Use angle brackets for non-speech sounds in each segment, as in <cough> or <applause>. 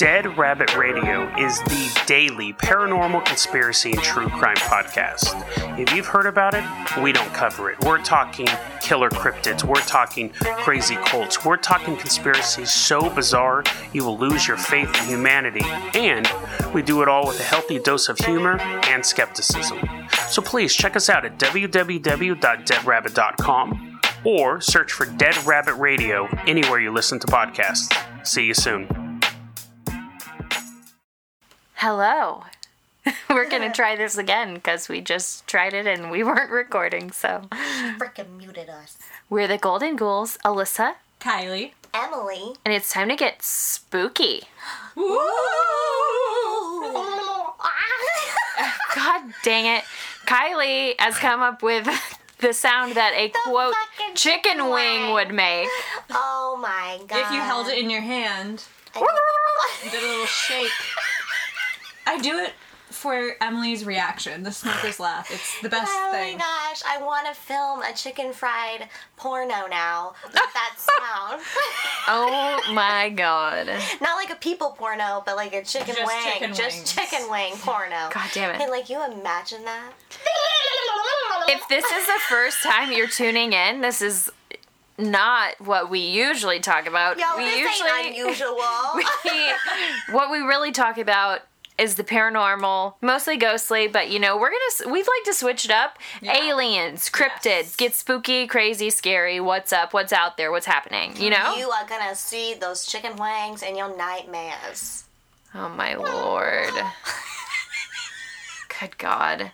Red Rabbit Radio is the daily paranormal conspiracy and true crime podcast. If you've heard about it, we don't cover it. We're talking killer cryptids, we're talking crazy cults, we're talking conspiracies so bizarre you will lose your faith in humanity, and we do it all with a healthy dose of humor and skepticism. So please check us out at www.deadrabbit.com or search for Dead Rabbit Radio anywhere you listen to podcasts. See you soon. Hello. <laughs> We're going to try this again because we just tried it and we <laughs> weren't recording. So Frickin' muted us. we're the Golden Ghouls, Alyssa, Kylie. Emily. and it's time to get spooky. God dang it. Kylie has come up with <laughs> the sound that a quote fucking chicken chicken wing wing. would make. <laughs> oh my god. If you held it in your hand, I- <laughs> did a little shake. I do it for Emily's reaction, the smoker's laugh. It's the best <laughs> Oh my thing. gosh, I want to film a chicken fried porno now <laughs> with that sound. Oh <laughs> my god. Not like a people porno, but like a chicken Just wing. chicken just wings. chicken wing <laughs> porno. God damn Can it. like you imagine that? If this is the first time you're tuning in, this is not what we usually talk about. Yo, we this ain't <laughs> unusual. <laughs> we- what we really talk about is the paranormal, mostly ghostly, but you know, we're going to we'd like to switch it up. Aliens, cryptids, Yes. get spooky, crazy, scary, what's up, what's out there, what's happening, you know? You are gonna see those chicken wings in your nightmares. oh my lord. Good god.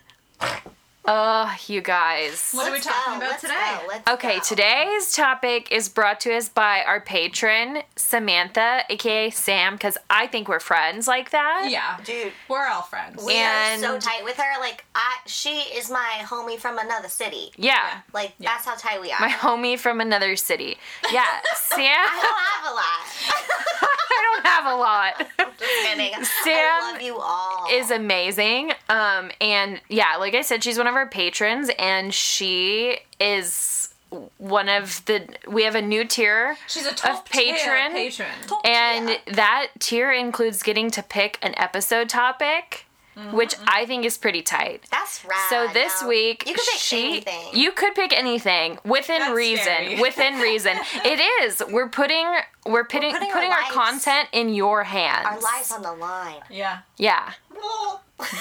Oh, you guys. What are we Let's talking go, about let's today? go, let's Okay, go. today's topic is brought to us by our patron, Samantha, aka Sam, because I think we're friends like that. Yeah. Dude. We're all friends. We And- are so tight with her. Like I, she is my homie from another city. Yeah. Like that's how tight we are. <laughs> My homie from another city. Yeah, I Sam, <laughs> don't have a lot. I don't have a lot. Just kidding. I Sam love you all. Is amazing. Um, and yeah, like I said, she's one of our patrons, and she is one of the. We have a new tier. She's a top patron. patron. patron. And that tier includes getting to pick an episode topic, Mm-hmm, which I think is pretty tight. that's rad. So this yo. week, you can pick she, anything. You could pick anything within That's reason. scary. <laughs> Within reason, it is. We're putting we're putting putting putting, our our, lives- content in your hands. our lives on the line. Yeah. Yeah,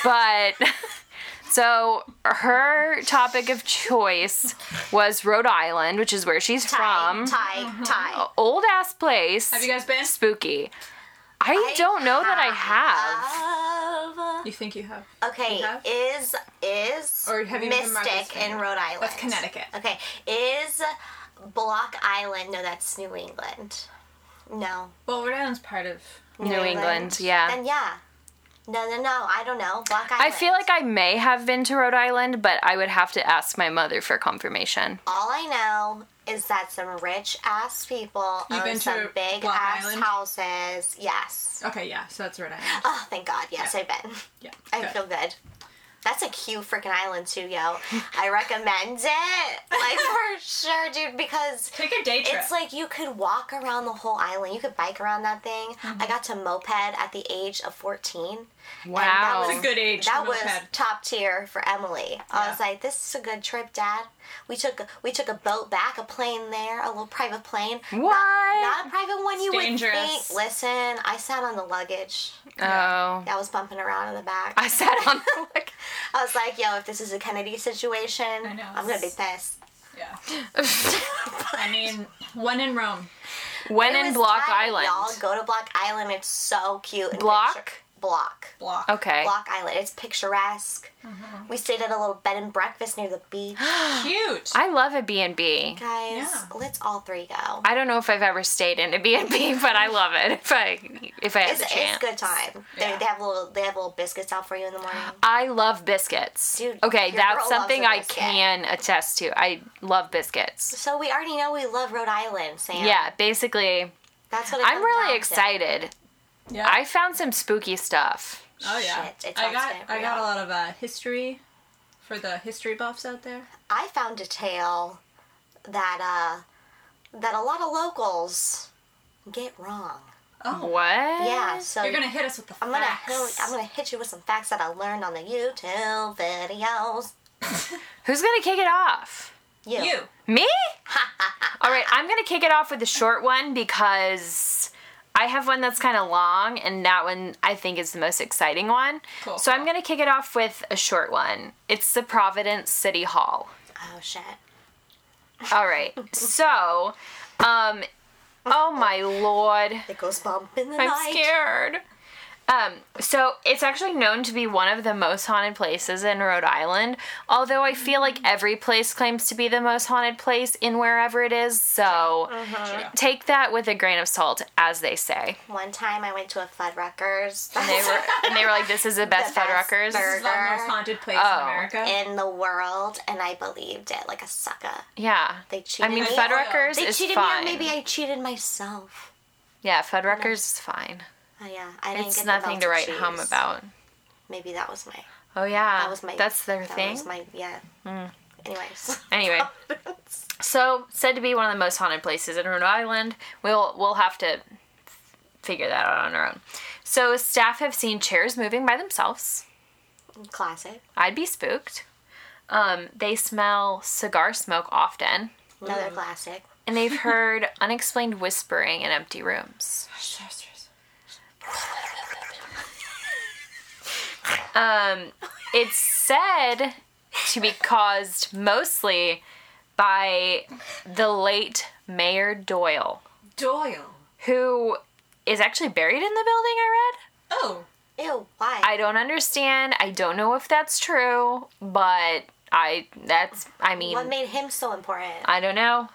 but <laughs> so her topic of choice was Rhode Island, which is where she's Tie, <laughs> from. tie, tie. Old ass place. Have you guys been? spooky? I, don't know that I have. Oh. You think you have? Okay, You have? is is Or have you been Mystic Martha's in Vineyard? Rhode Island? That's Connecticut. Okay, is Block Island? No, that's New England. No, Well, Rhode Island's part of. New England, yeah. Then yeah. No, no, no. I don't know. Block Island. I feel like I may have been to Rhode Island, but I would have to ask my mother for confirmation. all I know is that some rich ass people You've own been to some big Block ass Island? houses. Yes. Okay, yeah. So that's Rhode Island. Oh, thank God. Yes, I've been. Yeah. I good. feel good. That's a cute freaking island too, yo. I recommend <laughs> it, like for sure, dude, because Take a day trip. It's like you could walk around the whole island. You could bike around that thing. Mm-hmm. I got to moped at the age of 14. and that Wow. was- That's a good age. That for was moped. top tier for Emily. I Yeah. was like, "This is a good trip, Dad." We took we took a boat back, a plane there, a little private plane. Not- What? Not, a private one. You would dangerous. think. Listen, I sat on the luggage. Oh. I was bumping around in the back. I <laughs> sat on the like, I was like, "Yo, if this is a Kennedy situation, I know. am gonna be pissed." <laughs> Yeah. I mean, when in Rome. when It in was Block time, Island. Y'all go to Block Island. It's so cute. and Block? picture- block. Block. Okay. Mm-hmm. Block Island. It's picturesque. We stayed at a little bed and breakfast near the <gasps> beach. Cute. I love a B&B. Guys, Yeah. let's all three go. I don't know if I've ever stayed in a B&B, but I love it if I if I had It's, the it's chance. good time. They, Yeah. they have little they have little biscuits out for you in the <gasps> morning. I love biscuits. Dude, okay, your that's girl loves something a I biscuit. can attest to. I love biscuits. So we already know we love Rhode Island, Sam. Yeah, basically, that's what it I'm comes really down excited. yeah. I found some spooky stuff. Oh yeah, Shit, it I sounds got good, I got yeah. a lot of uh, history for the history buffs out there. To. I found a tale that uh that a lot of locals get wrong. Oh. What? Yeah, so You're gonna hit us with the Oh, I'm gonna facts. hit, I'm gonna hit you with some facts that I learned on the YouTube videos. Who's gonna kick it off? You. you. Me? <laughs> All right, I'm going to kick it off with a short one because I have one that's kind of long, and that one I think is the most exciting one. Cool. So I'm going to kick it off with a short one. It's the Providence City Hall. Oh shit. All right, <laughs> so, um, oh my lord. It goes bump in the I'm night. scared. Um, so it's actually known to be one of the most haunted places in Rhode Island. Although I feel like every place claims to be the most haunted place in wherever it is, so Uh-huh. True. take that with a grain of salt, as they say. One time I went to a Fuddruckers And they were and they were like, "This is the best <laughs> The best Fuddruckers." This is the Burger. most haunted place Oh. in America. <laughs> in the world, and I believed it like a sucker. Yeah, They cheated I mean me. Fuddruckers they is cheated fine. me, or maybe I cheated myself. yeah, Fuddruckers is fine. Oh yeah, I didn't It's get nothing the to write melted home cheese. about. Maybe that was my. Oh yeah, That was my. that's their that thing. Hmm. Was my yeah. Anyways. Anyway, so said to be one of the most haunted places in Rhode Island. We'll we'll have to f- figure that out on our own. So staff have seen chairs moving by themselves. <laughs> Classic. I'd be spooked. Um, they smell cigar smoke often, Mm. Another classic. and they've heard unexplained whispering in empty rooms. Um, it's said to be caused mostly by the late Mayor Doyle. Doyle. who is actually buried in the building I read. Oh. Ew. Why? I don't understand. I don't know if that's true, but I that's I mean what made him so important? I don't know.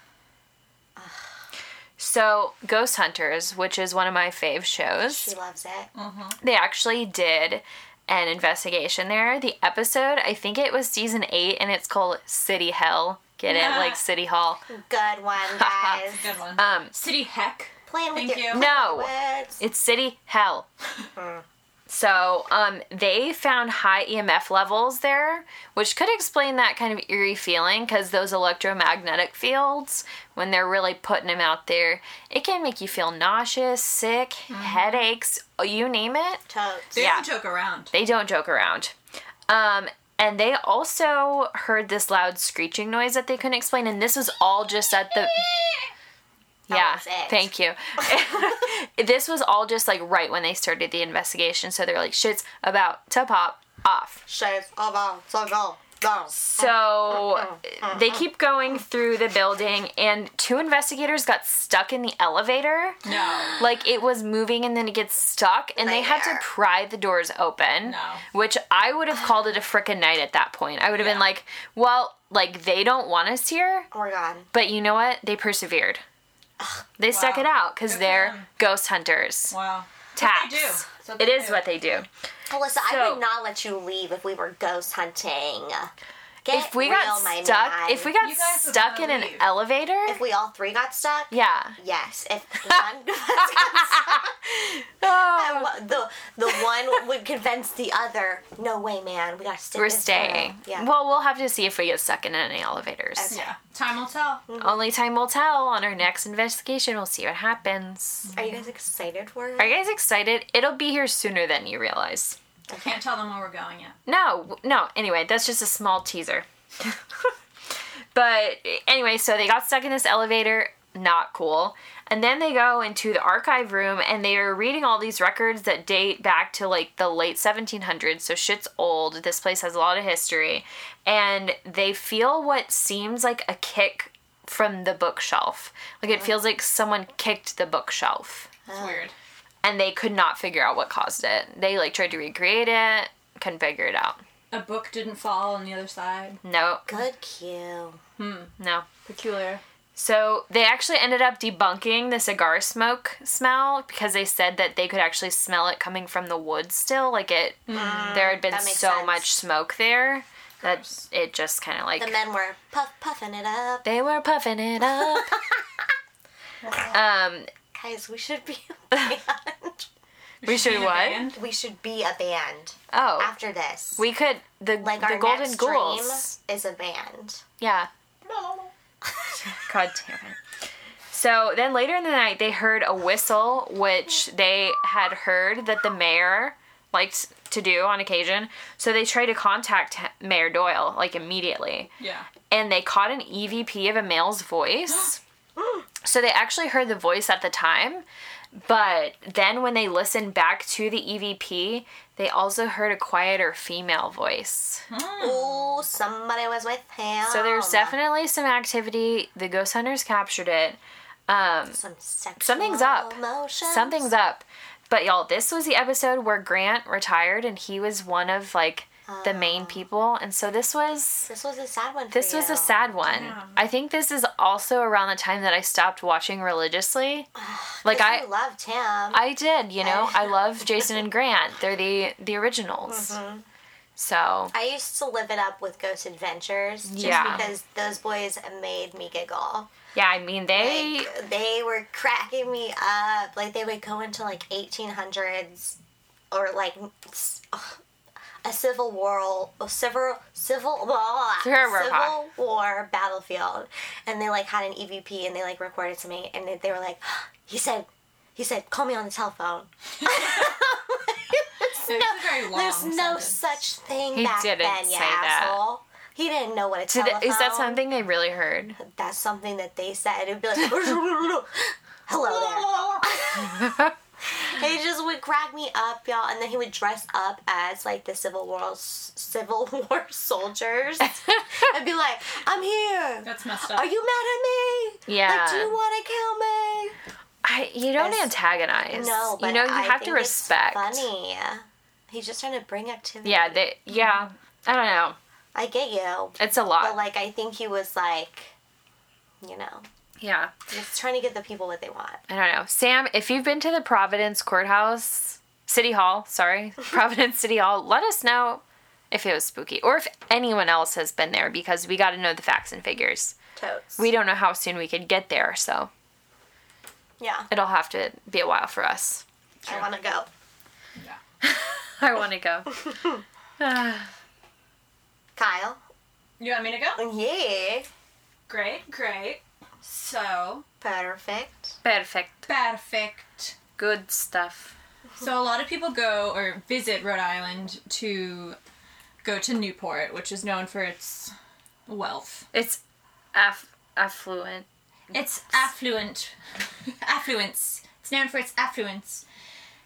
So, Ghost Hunters, which is one of my fave she shows, loves it. they actually did an investigation there. The episode, I think it was season 8 and it's called City Hell. Get it? Like City Hall. Good <laughs> one, guys. Good one. Um City Heck. Playing with Thank your you. No. words. It's city hell. so um, they found high EMF levels there, which could explain that kind of eerie feeling because those electromagnetic fields, when they're really putting them out there, it can make you feel nauseous, sick, headaches, you name it. Totes. They Yeah. don't joke around. They don't joke around. Um, and they also heard this loud screeching noise that they couldn't explain, and this was all just at the. Yeah, was it. thank you. <laughs> this was all just like right when they started the investigation, so they're like, shit's about to pop off. Shades of all. So go. Go. So Uh-huh. they keep going through the building, and two investigators got stuck in the elevator. No. Like it was moving and then it gets stuck, and they had to Nightmare. pry the doors open. No. Which I would have called it a frickin' night at that point. I would have been Yeah. like, well, like they don't want us here, We're gone. but you know what? They persevered. They stuck Wow. it out because Good for they're them. ghost hunters. Wow. Taps. They do. That's what It they is do. what they do. Alyssa, I So- would not let you leave if we were ghost hunting. Get If we real, got my stuck, man. if we got You guys would stuck in wanna an leave. elevator, if we all three got stuck, yeah. yes. <laughs> If one of us got stuck, Oh, Well, the the one would convince the other. No way, man. We gotta stick. we're this through." staying. Yeah. Well, we'll have to see if we get stuck in any elevators. Yeah. Time will tell. Mm-hmm. Only time will tell. On our next investigation, we'll see what happens. Are you guys excited for it? Are you guys excited? It'll be here sooner than you realize. Can't tell them where we're going yet. No, no. Anyway, that's just a small teaser. <laughs> but anyway, so they got stuck in this elevator. Not cool. And then they go into the archive room and they are reading all these records that date back to like the late 1700s. So shit's old. This place has a lot of history. And they feel what seems like a kick from the bookshelf. Like it feels like someone kicked the bookshelf Uh-huh. It's weird. and they could not figure out what caused it. They like tried to recreate it, couldn't figure it out. A book didn't fall on the other side. Mm-hmm. No, Good cue. no. Peculiar. So they actually ended up debunking the cigar smoke smell because they said that they could actually smell it coming from the woods still. Like it, there had been Mm, that makes so sense. much smoke there that Gross. it just kind of like The men were puff puffing it up. they were puffing it <laughs> up. um, Guys, we should be <laughs> a band. we should what? we should be a band Oh, after this. we could the like the our Golden next Ghouls. dream is a band. Yeah. God damn it. So then later in the night, they heard a whistle, which they had heard that the mayor liked to do on occasion. So they tried to contact h- Mayor Doyle, like immediately. Yeah. And they caught an EVP of a male's voice. so they actually heard the voice at the time. But then when they listened back to the EVP, they also heard a quieter female voice. Ooh, somebody was with him. So there's definitely some activity. The ghost hunters captured it. some sexual Something's up. Emotions. Something's up. But y'all, this was the episode where Grant retired and he was one of like the Oh. main people. And so this was This was a sad one. For this was you. a sad one. Yeah. I think this is also around the time that I stopped watching religiously. Like 'Cause I you loved him. I, I did, you know. <laughs> I love Jason and Grant. They're the the originals. Mm-hmm. So, used to live it up with Ghost Adventures just Yeah. because those boys made me giggle. yeah, I mean they Like they were cracking me up. Like they would go into like 1800s or like s- ugh, a civil war, a civil civil <laughs> blah, Sure, we're civil war battlefield, and they like had an EVP and they like recorded to me and they- they were like, <gasps> he said, he said, call me on the telephone. It was a very long There's no sentence. such thing He back didn't then, you say that. asshole. He didn't know what a did telephone. is that something they really heard? That's something that they said. It'd be like, <laughs> <laughs> hello there. He just would crack me up, y'all, and then he would dress up as like the Civil War Civil <laughs> War <laughs> soldiers, and be like, "I'm here. That's messed up. Are you mad at me? Yeah. Like, do you want to kill I you don't Yes. antagonize. me? No, but you know you I have think to respect. It's funny. He's just trying to bring activity. Yeah, they yeah. Mm-hmm. I don't know. I get you, It's a lot. but like I think he was like, you know, yeah. just trying to give the people what they want. I don't know. Sam, if you've been to the Providence Courthouse, City Hall, sorry, Providence City Hall, let us know if it was spooky or if anyone else has been there because we got to know the facts and figures. Totes. We don't know how soon we could get there, so yeah. it'll have to be a while for us. I want to go. Yeah. I want to go. Kyle. You want me to go? Yeah. Great, great. So Perfect. Perfect. perfect. Good stuff. So a lot of people go or visit Rhode Island to go to Newport, which is known for its wealth. It's aff- affluent. It's affluent. <laughs> Affluence. It's known for its affluence.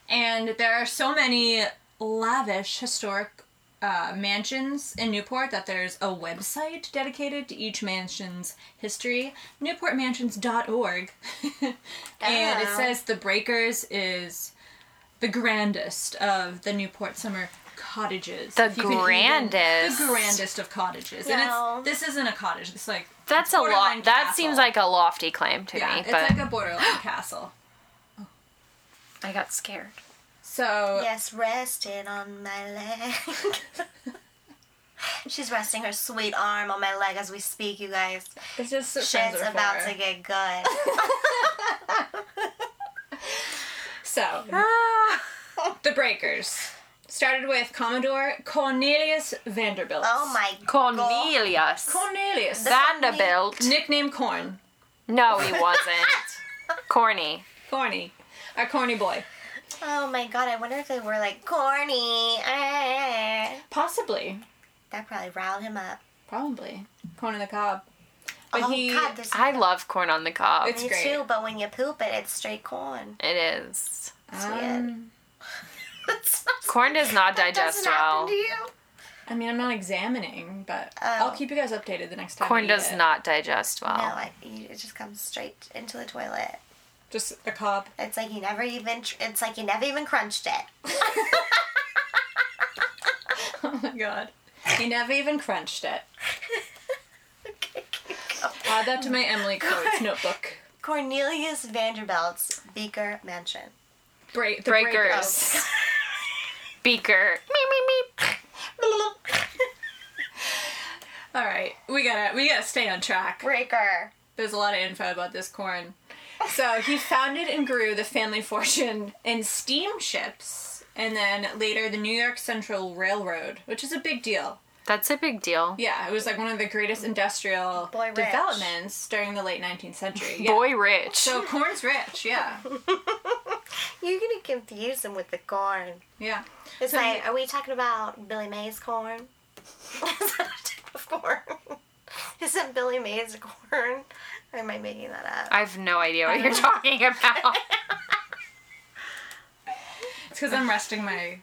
And there are so many lavish historic uh, mansions in Newport that there's a website dedicated to each mansion's history, newportmansions.org. <laughs> and it Oh. says The Breakers is the grandest of the Newport summer cottages. The If you could even- grandest. the grandest of cottages. No. And it's, this isn't a cottage. It's like That's a Borderline lot. That castle. seems like a lofty claim to yeah, me, it's but like a borderline castle. I got scared. So Yes, resting on my leg. <laughs> She's resting her sweet arm on my leg as we speak, you guys. it's just Shit's about to <laughs> get good. So <laughs> the breakers started with Commodore Cornelius Vanderbilt. Oh my Cornelius. Cornelius, Vanderbilt. nickname Corn, No, he wasn't. <laughs> Corny. corny, our corny boy. Oh my god, I wonder if they were like corny. Eh. Possibly, That probably riled him up. probably corn on the cob. But oh he, god, there's I love corn on the cob. It's- me great. too, but when you poop it, it's straight corn. <laughs> it is. It's weird. um, That's not- Corn does not that digest doesn't happen well. to you. I mean, I'm not examining, but Oh. I'll keep you guys updated the next time. I Corn eat does it. not digest well. No, I, you- it just comes straight into the toilet. Just a cob. It's like you never even. tr- It's like you never even crunched it. Oh my god. He never even crunched it. Add that to my Emily Coates notebook. Cornelius Vanderbilt's Beaker Mansion. Oh Break, the Breakers. Beaker. Meep, meep, meep. <laughs> <laughs> All right, we gotta we gotta stay on track. Breaker. There's a lot of info about this corn. So he founded and grew the family fortune in steamships, and then later the New York Central Railroad, which is a big deal. That's a big deal. Yeah, it was like one of the greatest industrial Boy rich. developments during the late 19th century. Yeah. Boy rich. So corn's rich, yeah. You're gonna confuse them with the corn. Yeah. It's So- like, are we talking about Billy Mays <laughs> corn? Is that a type of corn? Isn't Billy Mays corn? Or am I making that up? I have no idea what you're talking <laughs> about. It's because I'm resting my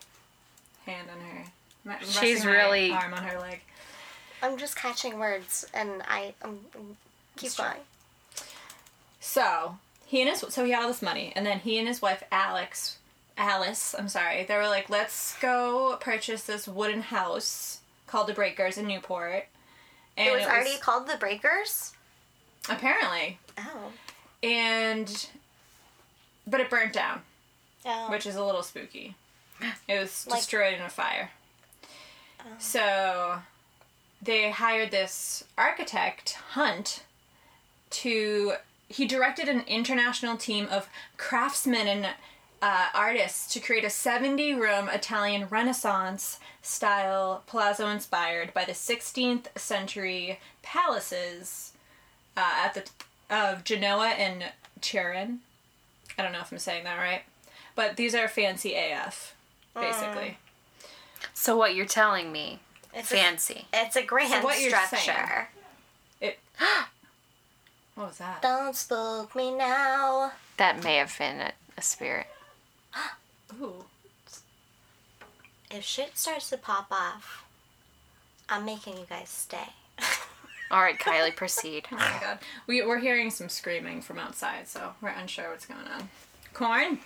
hand on her. my- resting my really- arm on her leg. I'm just catching words, and I um, um, keep going. So he and his so he had all this money, and then he and his wife Alex, Alice, I'm sorry, they were like, let's go purchase this wooden house called the Breakers in Newport. And It was already called the Breakers. apparently, Oh. and but it burnt down, Oh. which is a little spooky. It was destroyed in a fire. So they hired this architect, Hunt, to. He directed an international team of craftsmen and uh, artists to create a 70 room Italian Renaissance style palazzo inspired by the 16th century palaces uh, at the of Genoa and Turin. I don't know if I'm saying that right, but these are fancy AF, basically. so what you're telling me? it's Fancy. A, it's a grand So what you're structure. saying- It. <gasps> what was that? Don't spook me now. That may have been a, a spirit. Ooh. Oh If shit starts to pop off, I'm making you guys stay. All right, <laughs> Kylie, proceed. Oh my god. We, we're hearing some screaming from outside, so we're unsure what's going on. Corn?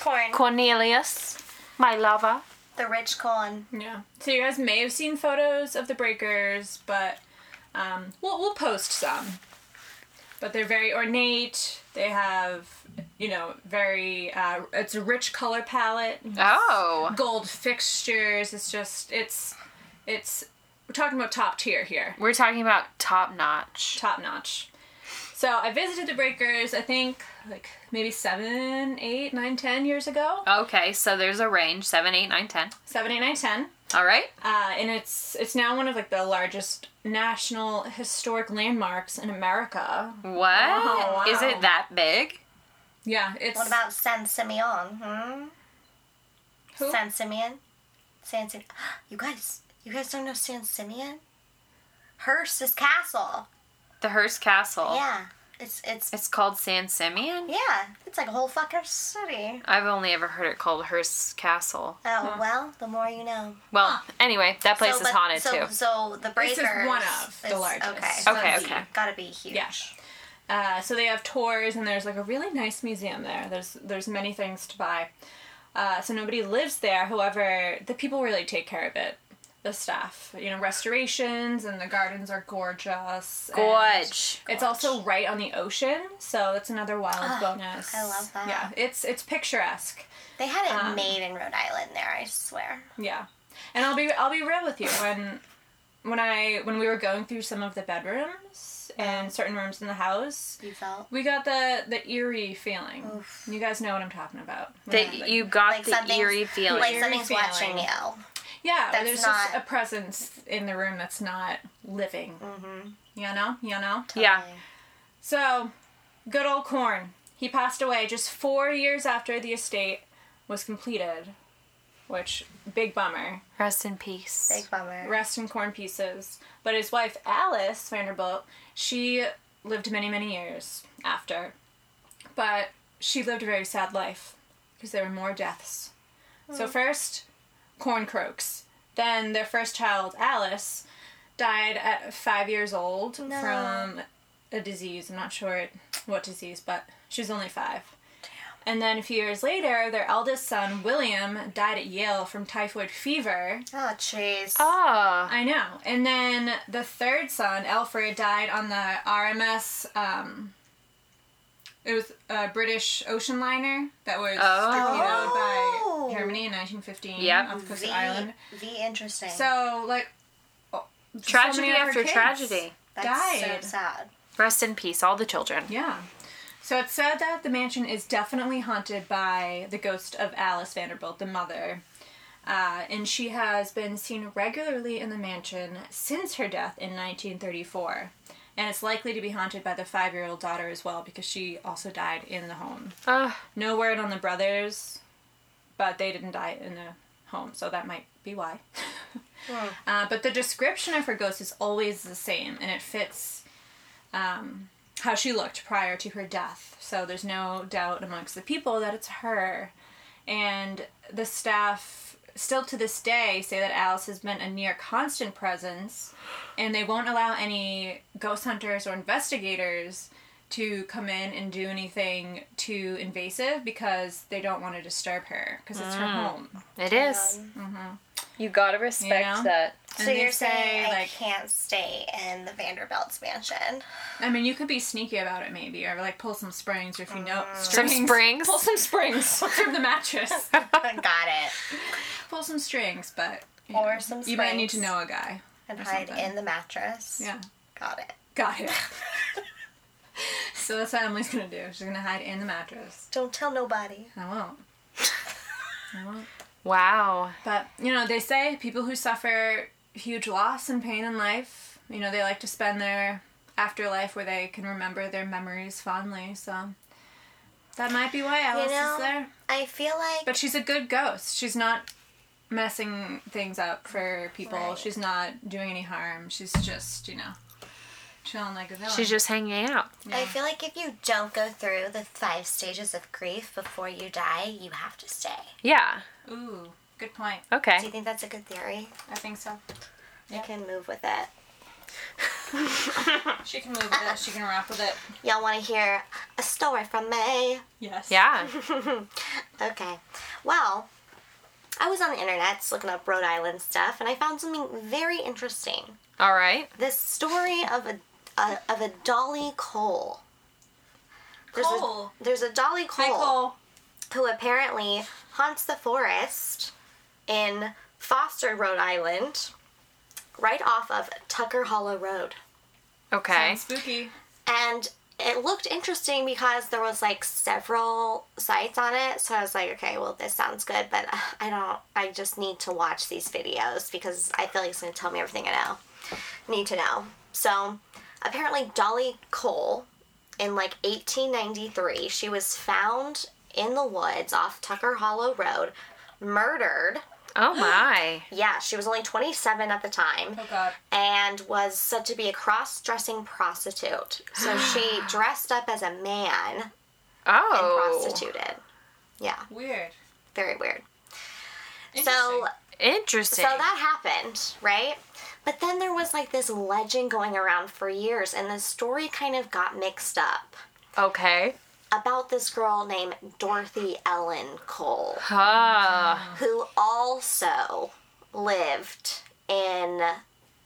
Corn. Cornelius, my lover. The rich corn. Yeah. So you guys may have seen photos of the breakers, but um, we'll, we'll post some. But they're very ornate. They have, you know, very, uh, it's a rich color palette. Oh, Gold fixtures. It's just, it's, it's, we're talking about top tier here. we're talking about top notch. top notch. So I visited the Breakers, I think, like maybe seven, eight, nine, ten years ago. Okay, so there's a range seven, eight, nine, ten. Seven, eight, nine, ten. All right. Uh, and it's it's now one of like the largest national historic landmarks in America. What? Is Oh, wow. it that big? Yeah, it's What about San Simeon? Hmm? Who? San Simeon? San Simeon. <gasps> You guys, you guys don't know San Simeon? Hearst's castle. The Hearst Castle. Yeah. It's, it's, Oh. It's called San Simeon. yeah. It's like a whole fucking city. I've only ever heard it called Hearst Castle. Oh, well, the more you know. Well, anyway, that place So, is but- haunted so, too. So the breakers. This is one of the is- largest. Okay. So Okay, it's okay. Gotta be huge. Yeah. Uh, so they have tours, and there's like a really nice museum there. There's there's many things to buy. Uh, so nobody lives there. However, the people really take care of it. The staff, you know, restorations, and the gardens are gorgeous. and Gorge. It's also right on the ocean, so that's another wild bonus. I love that. Yeah, it's it's picturesque. They had it Um, made in Rhode Island there, I swear. Yeah, and I'll be I'll be real with you when when I when we were going through some of the bedrooms and certain rooms in the house, You felt? We got the the eerie feeling. You guys know what I'm talking about. Yeah, That you got Like the something's- eerie feeling. Like Eerie something's feeling. watching you. yeah, where that's there's just not- a presence in the room that's not living. Mm-hmm. You know, you know. yeah. So, good old Corn. He passed away just four years after the estate was completed, which big bummer. Rest in peace. Big bummer. Rest in corn pieces. But his wife Alice Vanderbilt, she lived many many years after, but she lived a very sad life because there were more deaths. So first, corn croaks. Then their first child, Alice, died at five years old No. from a disease. I'm not sure what disease, but she was only five. And then a few years later, their eldest son, William, died at Yale from typhoid fever. Oh, jeez. Oh, I know. And then the third son, Alfred, died on the RMS. Um, it was a British ocean liner that was Oh. torpedoed by Germany in 1915 Yep. off the coast the, of Ireland. the interesting. So like oh, so tragedy many of her after kids tragedy. That's died. so sad. Rest in peace, all the children. Yeah. So it's said that the mansion is definitely haunted by the ghost of Alice Vanderbilt, the mother. Uh, and she has been seen regularly in the mansion since her death in 1934. And it's likely to be haunted by the five year old daughter as well because she also died in the home. Ugh. No word on the brothers, but they didn't die in the home, so that might be why. <laughs> uh, but the description of her ghost is always the same, and it fits um, how she looked prior to her death. So there's no doubt amongst the people that it's her. And the staff still to this day say that Alice has been a near constant presence, and they won't allow any ghost hunters or investigators to come in and do anything too invasive because they don't want to disturb her because it's her Mm. home. It is. Mm-hmm. You gotta respect Yeah. that. So And they you're say, saying I like- can't stay in the Vanderbilt's <laughs> mansion. I mean, you could be sneaky about it, maybe, or like pull some springs, or if you know Mm. Some strings, <laughs> springs. pull some springs from <laughs> the mattress, Got it. pull some strings, but you Or know, some you might need to springs. know a guy. And Or hide something. in the mattress. Yeah, Got it. got <laughs> it. so that's what Emily's gonna do. She's gonna hide in the mattress. Don't tell nobody. I won't. I won't. Wow. But, you know, they say people who suffer huge loss and pain in life, you know, they like to spend their afterlife where they can remember their memories fondly, so that might be why Alice know- is there. I feel like But she's a good ghost. She's not messing things up for people. Right. She's not doing any harm. She's just, you know, chilling like a villain. She's just hanging out. I feel like if you don't go through the five stages of grief before you die, you have to stay. Yeah. Ooh, good point. Okay. Do you think that's a good theory? I think so. You can move with it. She can move with it. She can rock with it. Y'all want to hear a story from me? Yes. Yeah. Okay. Well, I was on the internet looking up Rhode Island stuff, and I found something very interesting. All right. This story of a, a of a Dolly Cole. There's Cole. A, there's a Dolly Hi, Cole. who apparently haunts the forest in Foster, Rhode Island, right off of Tucker Hollow Road. Okay. Sounds spooky. And it looked interesting because there was like several sites on it, so I was like, okay, well this sounds good, but uh, I don't. I just need to watch these videos because I feel like it's gonna tell me everything I know, need to know. So apparently Dolly Cole, in like 1893, she was found in the woods off Tucker Hollow Road, murdered. Oh my. Yeah, she was only 27 at the time Oh, God. and was said to be a cross-dressing prostitute. So she dressed up as a man <gasps> and Oh. prostituted. Yeah, Weird. very weird. So Interesting. Interesting. so that happened, right? But then there was like this legend going around for years and the story kind of got mixed up okay. about this girl named Dorothy Ellen Cole. Ah. who also lived in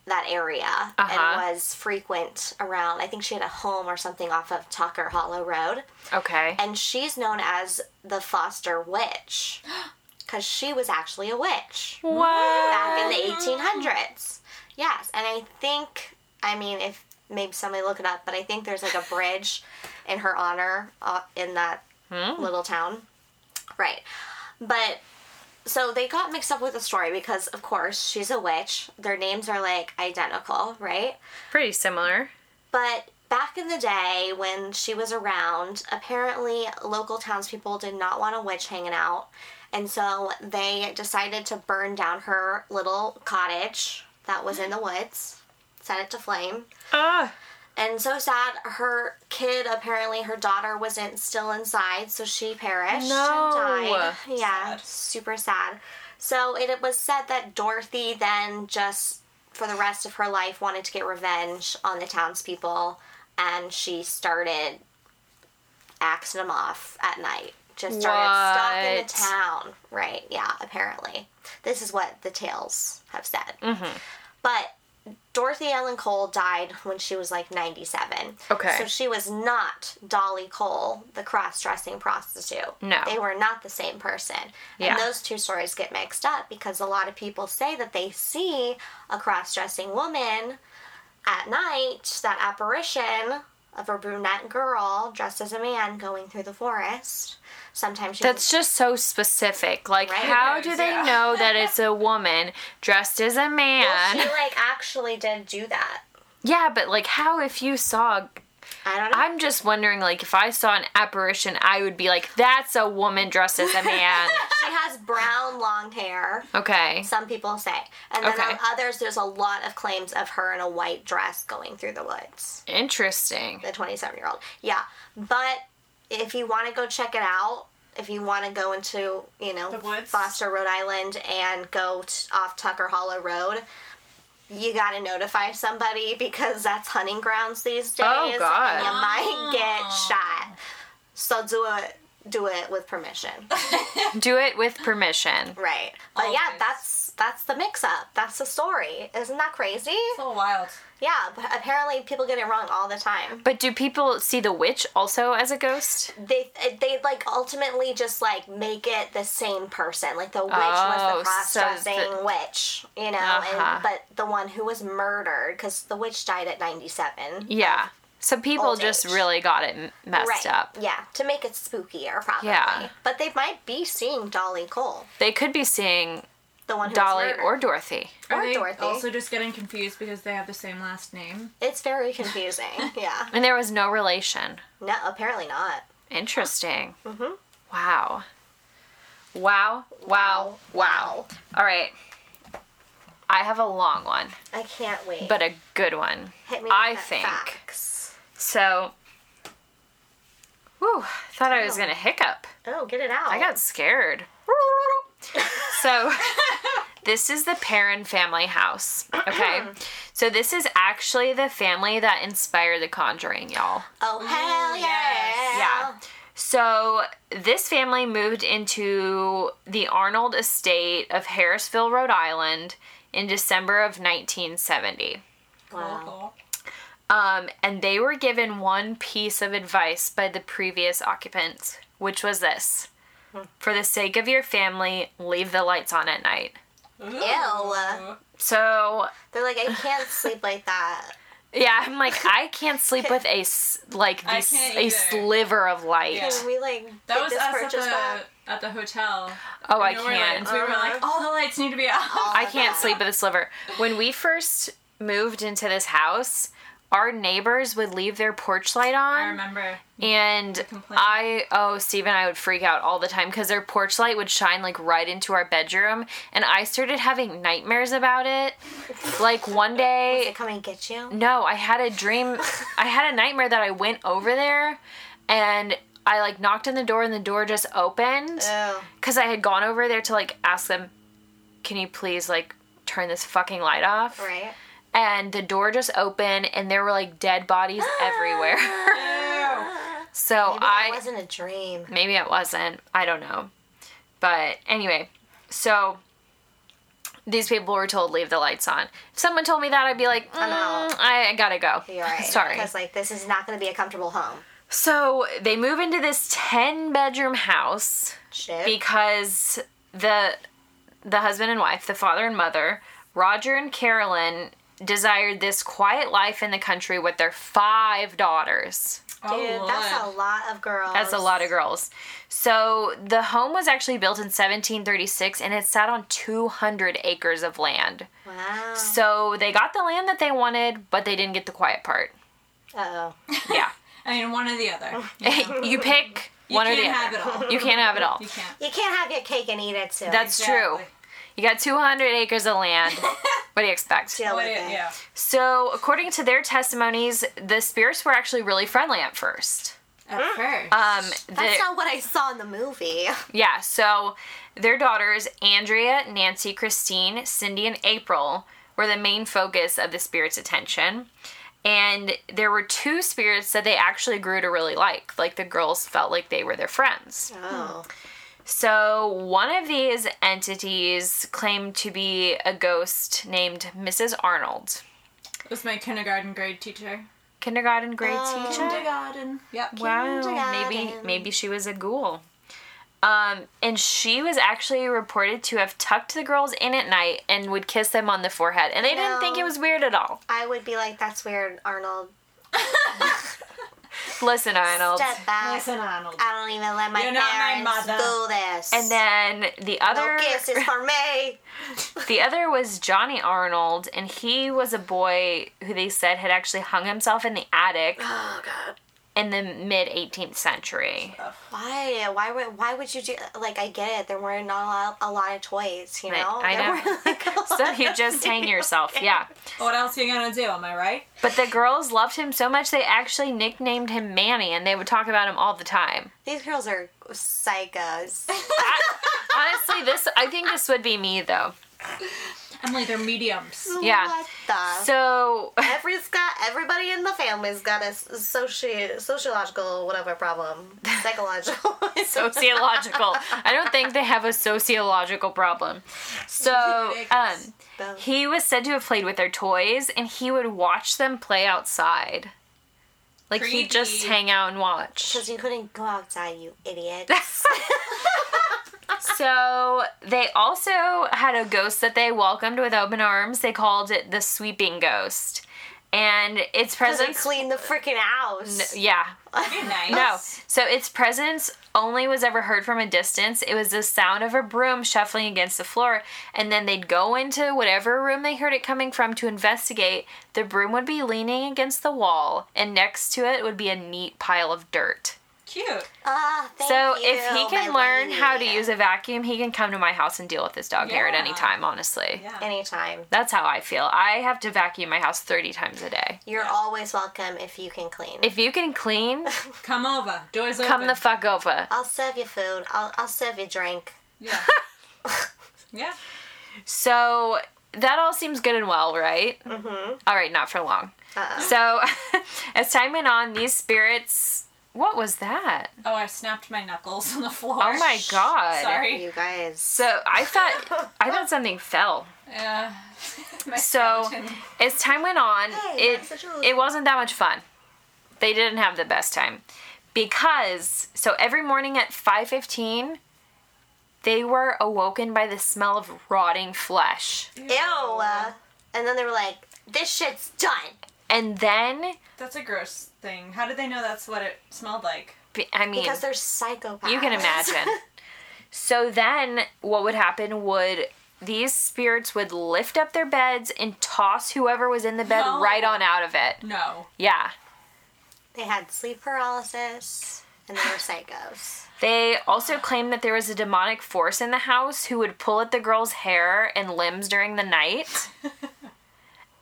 that area Uh-huh. and was frequent around. I think she had a home or something off of Tucker Hollow Road. Okay. And she's known as the Foster Witch <gasps> because she was actually a witch What? back in the 1800s. Yes, and I think, I mean, if maybe somebody look it up, but I think there's like a bridge in her honor uh, in that little town. Right. But so they got mixed up with the story because, of course, she's a witch. Their names are like identical, right? Pretty similar. But back in the day when she was around, apparently local townspeople did not want a witch hanging out. And so they decided to burn down her little cottage that was in the woods, set it to flame. Ah. And so sad, her kid, apparently her daughter, wasn't still inside, so she perished No. and died. Yeah, Sad. super sad. So it, was said that Dorothy then just, for the rest of her life, wanted to get revenge on the townspeople, and she started axing them off at night. Just started What? stalking the town. Right, yeah, apparently. This is what the tales have said. But Dorothy Ellen Cole died when she was like 97. Okay. So she was not Dolly Cole, the cross dressing prostitute. No. They were not the same person. Yeah. And those two stories get mixed up because a lot of people say that they see a cross dressing woman at night, that apparition, of a brunette girl dressed as a man going through the forest. Sometimes she That's just so specific. Like, Right. how do they Yeah. know that it's a woman dressed as a well, man? she like actually did do that. <laughs> yeah, but like, how if you saw. I don't know. I'm just wondering, like, if I saw an apparition, I would be like, that's a woman dressed as a <laughs> man. she has brown long hair. Okay. Some people say, and then Okay. on others, there's a lot of claims of her in a white dress going through the woods. Interesting. the 27 year old. Yeah. But if you want to go check it out, if you want to go into, you know, The woods? Foster, Rhode Island and go t- off Tucker Hollow Road, you got to notify somebody <laughs> because that's hunting grounds these days. Oh, God. And you might get Oh. shot. So do it. Do it with permission, Do it with permission. right? But yeah, Always. that's that's the mix-up. That's the story. Isn't that crazy? so wild. Yeah, but apparently people get it wrong all the time. But do people see the witch also as a ghost? they they like ultimately just like make it the same person. Like the witch was Oh, the cross so dressing the- witch, you know, Uh-huh. and but the one who was murdered because the witch died at ninety seven. Yeah. So people Old just age. really got it m- messed Right. up. Yeah, to make it spookier, probably. Yeah. But they might be seeing Dolly Cole, They could be seeing the one who Dolly was murdered. or Dorothy. Or Are they Dorothy. also just getting confused because they have the same last name? It's very confusing. <laughs> yeah. And there was no relation. No, apparently not. Interesting. Mm-hmm. Wow. Wow. Wow. Wow. All right. I have a long one, I can't wait. but a good one. Hit me I with the think- facts. So, whew, thought I was going to hiccup. Oh, get it out. I got scared. So, this is the Perrin family house. Okay. So, this is actually the family that inspired The Conjuring, y'all. Oh hell yes. Yeah. So, this family moved into the Arnold estate of Harrisville, Rhode Island in December of 1970. Wow. Um, and they were given one piece of advice by the previous occupants, which was this Hmm. For the sake of your family, leave the lights on at night. Ew. Ew. So, They're like, I can't sleep <laughs> like that. yeah, I'm like, I can't <laughs> sleep with a, s- like, I the, s- can't a either. sliver of light. Yeah. Can we like That get was this us at purchase back? the, at the hotel. Oh, I You know, we were can't. Like, we were like, all the lights need to be out. I can't sleep with a sliver. When we first moved into this house, our neighbors would leave their porch light I on. remember. And complain. I, oh, Steve and I would freak out all the time because their porch light would shine like right into our bedroom. And I started having nightmares about it. Like one They day, come and get you. no, I had a dream, I had a nightmare that I went over there and I like knocked on the door and the door just opened Oh, because I had gone over there to like ask them, can you please like turn this fucking light off? right. And the door just opened and there were like dead <gasps> bodies everywhere. so Maybe I that wasn't a dream. maybe it wasn't. I don't know. But anyway, so these people were told leave the lights on. If someone told me that, I'd be like, mm, out. I, I gotta go. You're <laughs> right. Sorry. Because like this is not going to be a comfortable home. So they move into this ten bedroom house. Shit. because the the husband and wife, the father and mother, Roger and Carolyn desired this quiet life in the country with their five daughters. Oh, Dude, that's a Lord. lot of girls. That's a lot of girls. So the home was actually built in 1736 and it sat on 200 acres of land. Wow. So they got the land that they wanted, but they didn't get the quiet part. Uh oh. Yeah. I mean, one or the other. <laughs> you pick one you or the can't other. have it all. You can't have it all. You can't. You can't have your cake and eat it too. That's true. Exactly. You got 200 acres of <laughs> land. what do you expect? deal What with it- it. yeah. So, according to their testimonies, the spirits were actually really friendly at first. At first. Um, That's the- not what I saw in the movie. <laughs> yeah, so their daughters, Andrea, Nancy, Christine, Cindy, and April, were the main focus of the spirits' attention. And there were two spirits that they actually grew to really like. Like the girls felt like they were their friends. Oh. So, one of these entities claimed to be a ghost named Mrs. Arnold, it was my kindergarten grade teacher. kindergarten grade Oh. teacher. Kindergarten. Yep. Wow. Maybe Kindergarten. maybe she was a ghoul. Um, and she was actually reported to have tucked the girls in at night and would kiss them on the forehead, and they didn't think it No. was weird at all. I would be like, that's weird, Arnold. Listen, Arnold. Step back. Listen, Arnold. I don't even let my You're not my parents mother. do this. And then the no other kisses for <laughs> me. the other was Johnny Arnold, and he was a boy who they said had actually hung himself in the attic Oh God. in the mid 18th century. Why? Why would? Why would you do? Like, I get it. There were not a lot, a lot of toys, you Right, know. I there know. Were, <laughs> like, a So lot you of just hang yourself, yeah. What else are you gonna do? Am I right? But the girls loved him so much they actually nicknamed him Manny, and they would talk about him all the time. These girls are psychos. Honestly, this I think this would be me though. Emily, they're mediums. <laughs> Yeah. What the? So <laughs> Every's got everybody in the family's got a s- soci sociological <laughs> whatever problem, psychological. <laughs> sociological. I don't think they have a sociological problem. So um, Both. he was said to have played with their toys, and he would watch them play outside. Like he'd just Creepy. hang out and watch. Because you couldn't go outside, you idiot. <laughs> So they also had a ghost that they welcomed with open arms. They called it the sweeping ghost, and its Doesn't presence. clean the freaking house. yeah, You're nice. No. So its presence only was ever heard from a distance. It was the sound of a broom shuffling against the floor, and then they'd go into whatever room they heard it coming from to investigate. The broom would be leaning against the wall, and next to it would be a neat pile of dirt. Cute. Ah, thank so you, if he can my learn how to lady. use a vacuum, he can come to my house and deal with this dog hair at any Yeah. time, honestly. Yeah. anytime, That's how I feel. I have to vacuum my house 30 times a day. you're always welcome if you can clean. If you can <laughs> clean, Come over. Doors open. come the fuck over. I'll serve you food. I'll I'll serve you drink. <laughs> yeah. yeah. So that all seems good and well, right? Mm-hmm. All right, not for long. Uh-uh. So <laughs> as time went on, these spirits. What was that? Oh, I snapped my knuckles on the floor. Oh <laughs> my god! Sorry. You guys. So I thought I thought something fell. Yeah. <laughs> my So skeleton. as time went on, Hey, it that's such a- it wasn't that much fun. They didn't have the best time because so every morning at 5:15 they were awoken by the smell of rotting flesh. Ew. And then they were like, "This shit's done." And then That's a gross thing. How did they know that's what it smelled like? I mean Because they're psychopaths. You can imagine. so then what would happen would these spirits would lift up their beds and toss whoever was in the bed No. right on out of it. No. Yeah. <laughs> they had sleep paralysis and they were psychos. They also claimed that there was a demonic force in the house who would pull at the girl's hair and limbs during the night.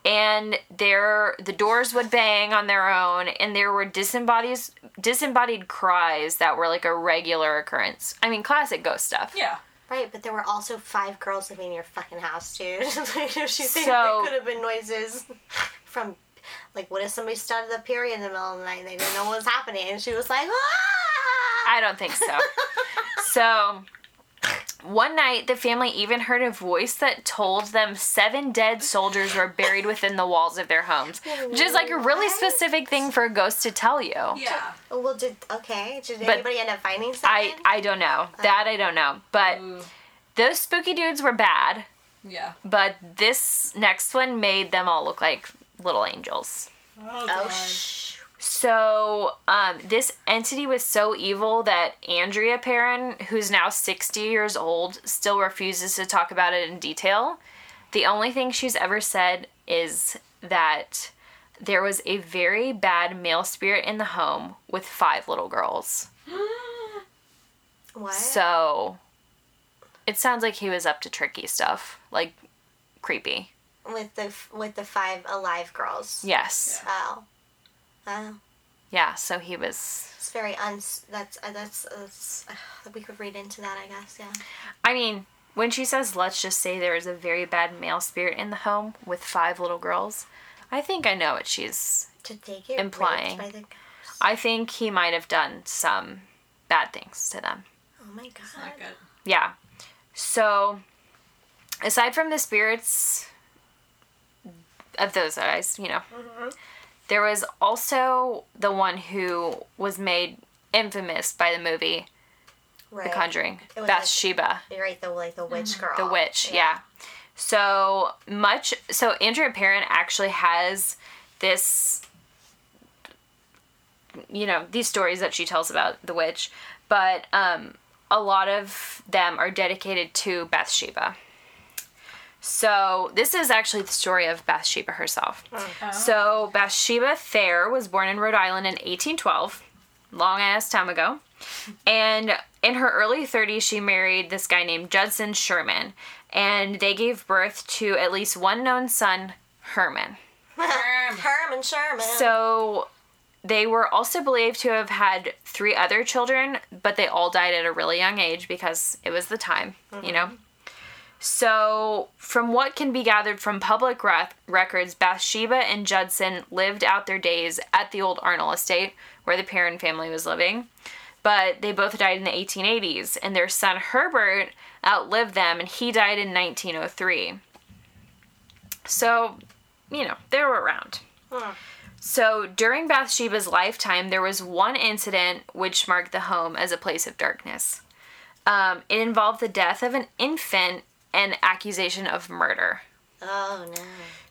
and there the doors would bang on their own and there were disembodied disembodied cries that were like a regular occurrence. I mean classic ghost stuff. Yeah. Right, but there were also five girls living in your fucking house, dude. <laughs> like, she thinks So- there could have been noises from, like, what if somebody started a period in the middle of the night and they didn't know what was happening? And she was like, ah! I don't think <laughs> so. so, one night, the family even heard a voice that told them seven dead soldiers were buried within the walls of their homes, which is like a really What? specific thing for a ghost to tell you. Yeah. Well, did, okay. Did But anybody end up finding something? I, I don't know. That I don't know. But Ooh. those spooky dudes were bad, Yeah. but this next one made them all look like little angels. Oh, oh, shh. So, um, this entity was so evil that Andrea Perrin, who's now 60 years old, still refuses to talk about it in detail. The only thing she's ever said is that there was a very bad male spirit in the home with five little girls. What? So, it sounds like he was up to tricky stuff, like creepy. with the with the five alive girls. Yes. Oh. Oh. Yeah, so he was It's very uns. That's uh, that's, that's uh, we could read into that, I guess. Yeah. I mean, when she says, let's just say there is a very bad male spirit in the home with five little girls, I think I know what she's. Did they get Implying. raped by the? I think he might have done some bad things to them. Oh my god. Not good. Yeah. So, aside from the spirits of those eyes, you know, there was also the one who was made infamous by the movie Right. The Conjuring, It was Bathsheba. You're right. The like the witch girl. Mm-hmm. The witch, yeah. So much so Andrea Parent actually has this you know these stories that she tells about the witch, but um, a lot of them are dedicated to Bathsheba. So this is actually the story of Bathsheba herself. So Bathsheba Thayer was born in Rhode Island in 1812, long ass time ago. And in her early 30s, she married this guy named Judson Sherman, and they gave birth to at least one known son, Herman. Herman Sherman. So they were also believed to have had three other children, but they all died at a really young age because it was the time, you know? So, from what can be gathered from public rec- records, Bathsheba and Judson lived out their days at the old Arnold estate where the Perrin family was living. But they both died in the 1880s, and their son Herbert outlived them, and he died in 1903. So, you know, they were around. So during Bathsheba's lifetime, there was one incident which marked the home as a place of darkness. Um, it involved the death of an infant and accusation of murder. oh no.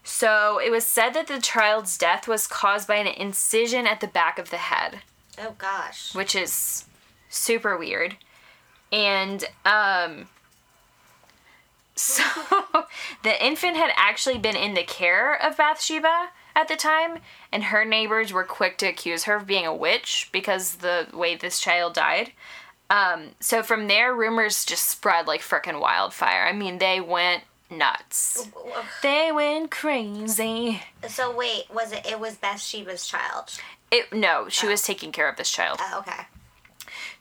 So it was said that the child's death was caused by an incision at the back of the head, Oh gosh. which is super weird. And um, <laughs> so the infant had actually been in the care of Bathsheba at the time, and her neighbors were quick to accuse her of being a witch because the way this child died. Um, so from there, rumors just spread like frickin' wildfire. I mean, they went nuts. They went crazy. So wait, was it? It was Bathsheba's child. It, no, she was taking care of this child. Oh, okay.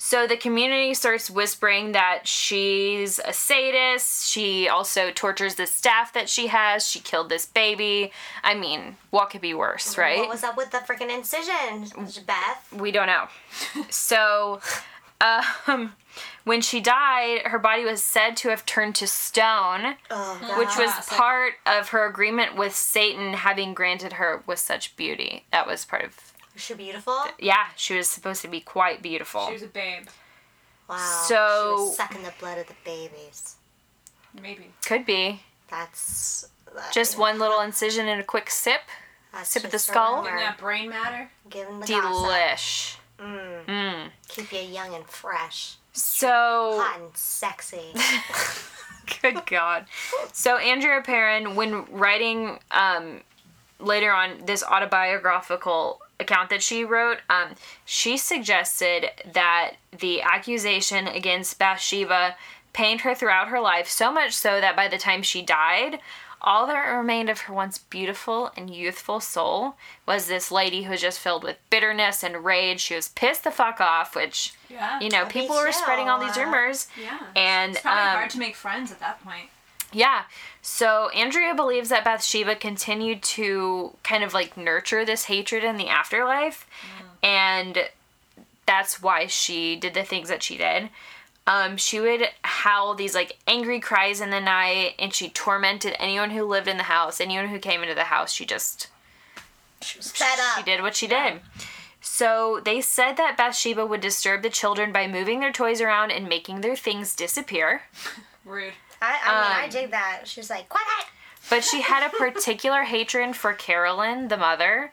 So the community starts whispering that she's a sadist. She also tortures the staff that she has. She killed this baby. I mean, what could be worse, right? What was up with the freaking incision, Beth? we don't know. so, um, when she died, her body was said to have turned to stone, Oh, God. which was so- part of her agreement with Satan having granted her with such beauty. That was part of. Was she beautiful? Yeah, she was supposed to be quite beautiful. She was a babe. Wow. So- she was sucking the blood of the babies. Maybe. Could be. That's that- Just one little incision and a quick sip. that's sip of just the skull. Didn't remember, that brain matter? Giving the gossip. Delish. Mm. Keep you young and fresh, So, hot and sexy. <laughs> good God. So, Andrea Perrin, when writing um, later on this autobiographical account that she wrote, um, she suggested that the accusation against Bathsheba pained her throughout her life, so much so that by the time she died, all that remained of her once beautiful and youthful soul was this lady who was just filled with bitterness and rage. She was pissed the fuck off, which, Yeah. you know, Me people were spreading all these too. rumors. Yeah. And, it's probably um, hard to make friends at that point. Yeah. So Andrea believes that Bathsheba continued to kind of like nurture this hatred in the afterlife. And that's why she did the things that she did. Um, she would howl these like angry cries in the night and she tormented anyone who lived in the house, anyone who came into the house. She just she was fed up. she did what she did. So they said that Bathsheba would disturb the children by moving their toys around and making their things disappear. Rude. I, I mean, I Um, dig that. She's like, quiet. but she had a particular hatred for Carolyn, the mother,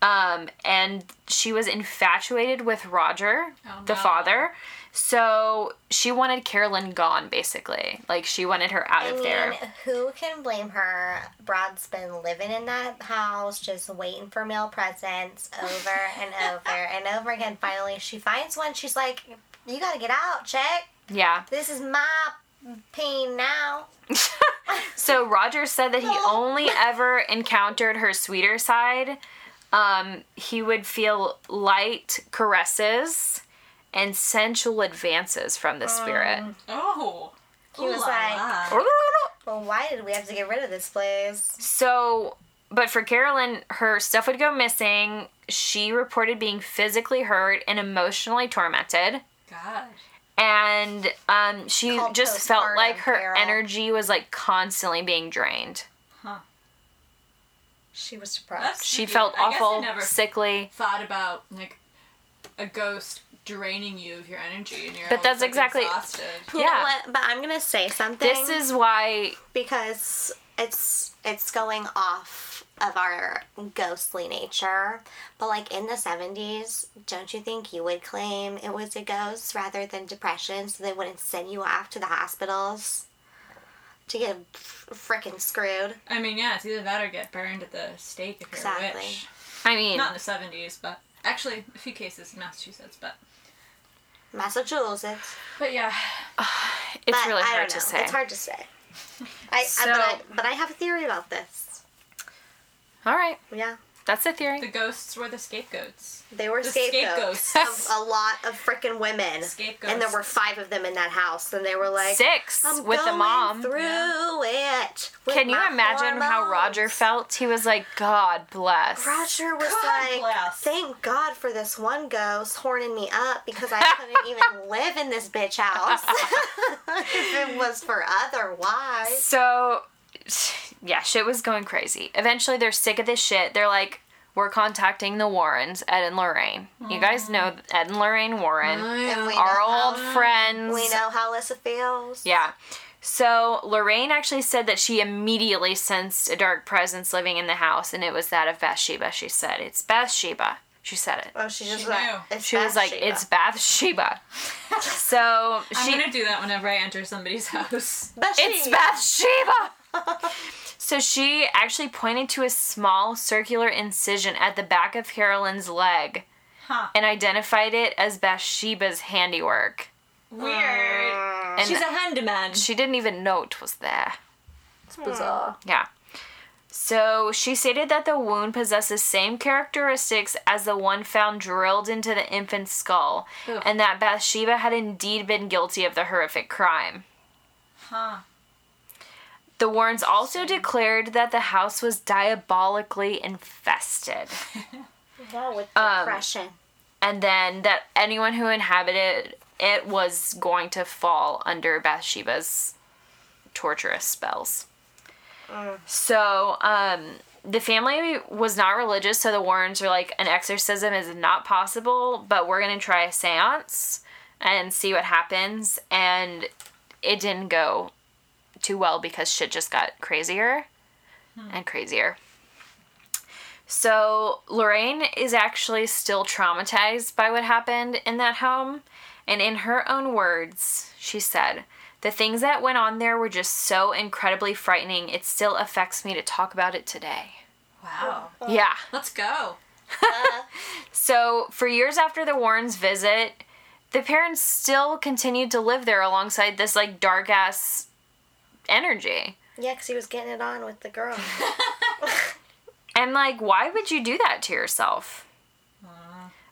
um, and she was infatuated with Roger, Oh, the no. father. So she wanted Carolyn gone, basically. Like she wanted her out I of mean, there. who can blame her? Brod's been living in that house, just waiting for male presents over and over and over again. Finally, she finds one. She's like, "You gotta get out, chick. Yeah. This is my pain now." So Roger said that he only ever encountered her sweeter side. Um, he would feel light caresses and sensual advances from the spirit. Oh. He was like- Well, why did we have to get rid of this place? So, but for Carolyn, her stuff would go missing. She reported being physically hurt and emotionally tormented. God. And um, she Called just felt postpartum like her Carol. energy was like constantly being drained. Huh. She was depressed. She Yeah, felt I guess I awful, never- sickly. Thought about like a ghost draining you of your energy and you're But that's always, like, exactly- exhausted. yeah. But I'm gonna say something. This is why because it's it's going off of our ghostly nature, but like in the 70s, don't you think you would claim it was a ghost rather than depression so they wouldn't send you off to the hospitals to get frickin' screwed? I mean, yeah, it's either that or get burned at the stake if you're a Exactly. witch. I mean, Not in the seventies, but actually a few cases in Massachusetts, but Massachusetts. but yeah. it's but really I hard don't to know. say. It's hard to say. I, So- I, but, I, but I have a theory about this. All right, Yeah. that's a theory. The ghosts were the scapegoats. They were The scapegoats, scapegoats. of a lot of freaking women. Scapegoats. And there were five of them in that house, and they were like Six "I'm with the going mom. through it. with Can you my imagine how hormones." Roger felt? He was like, God bless. Roger was God like, bless. "Thank God for this one ghost horning me up because I <laughs> couldn't even live in this bitch house. <laughs> if it was for otherwise, So, <sighs> yeah, shit was going crazy. Eventually, they're sick of this shit. They're like, we're contacting the Warrens, Ed and Lorraine. You guys know Ed and Lorraine Warren, And we our know old how- friends. we know how Alyssa feels. Yeah. So Lorraine actually said that she immediately sensed a dark presence living in the house, and it was that of Bathsheba. She said, "It's Bathsheba." She said it. Oh, she just She like knew. it's She was like, Bathsheba. "It's <laughs> Bathsheba." so I'm she, gonna do that whenever I enter somebody's <laughs> house. Bathsheba. it's Bathsheba. <laughs> so she actually pointed to a small circular incision at the back of Carolyn's leg Huh. and identified it as Bathsheba's handiwork. Weird. And She's a handyman. she didn't even know it was there. Mm. It's bizarre. Yeah. So she stated that the wound possesses same characteristics as the one found drilled into the infant's skull, Ugh. and that Bathsheba had indeed been guilty of the horrific crime. Huh. The Warrens also declared that the house was diabolically infested, Yeah, with Um, depression. and then that anyone who inhabited it was going to fall under Bathsheba's torturous spells. So, um, the family was not religious, so the Warrens were like, an exorcism is not possible, but we're going to try a seance and see what happens. And it didn't go too well because shit just got crazier and crazier. So, Lorraine is actually still traumatized by what happened in that home. And in her own words, she said, The things that went on there were just so incredibly frightening, it still affects me to talk about it today. Wow. Yeah. Let's go. So, for years after the Warrens' visit, the parents still continued to live there alongside this like dark ass energy. Yeah, 'cause he was getting it on with the girl. <laughs> And like, why would you do that to yourself?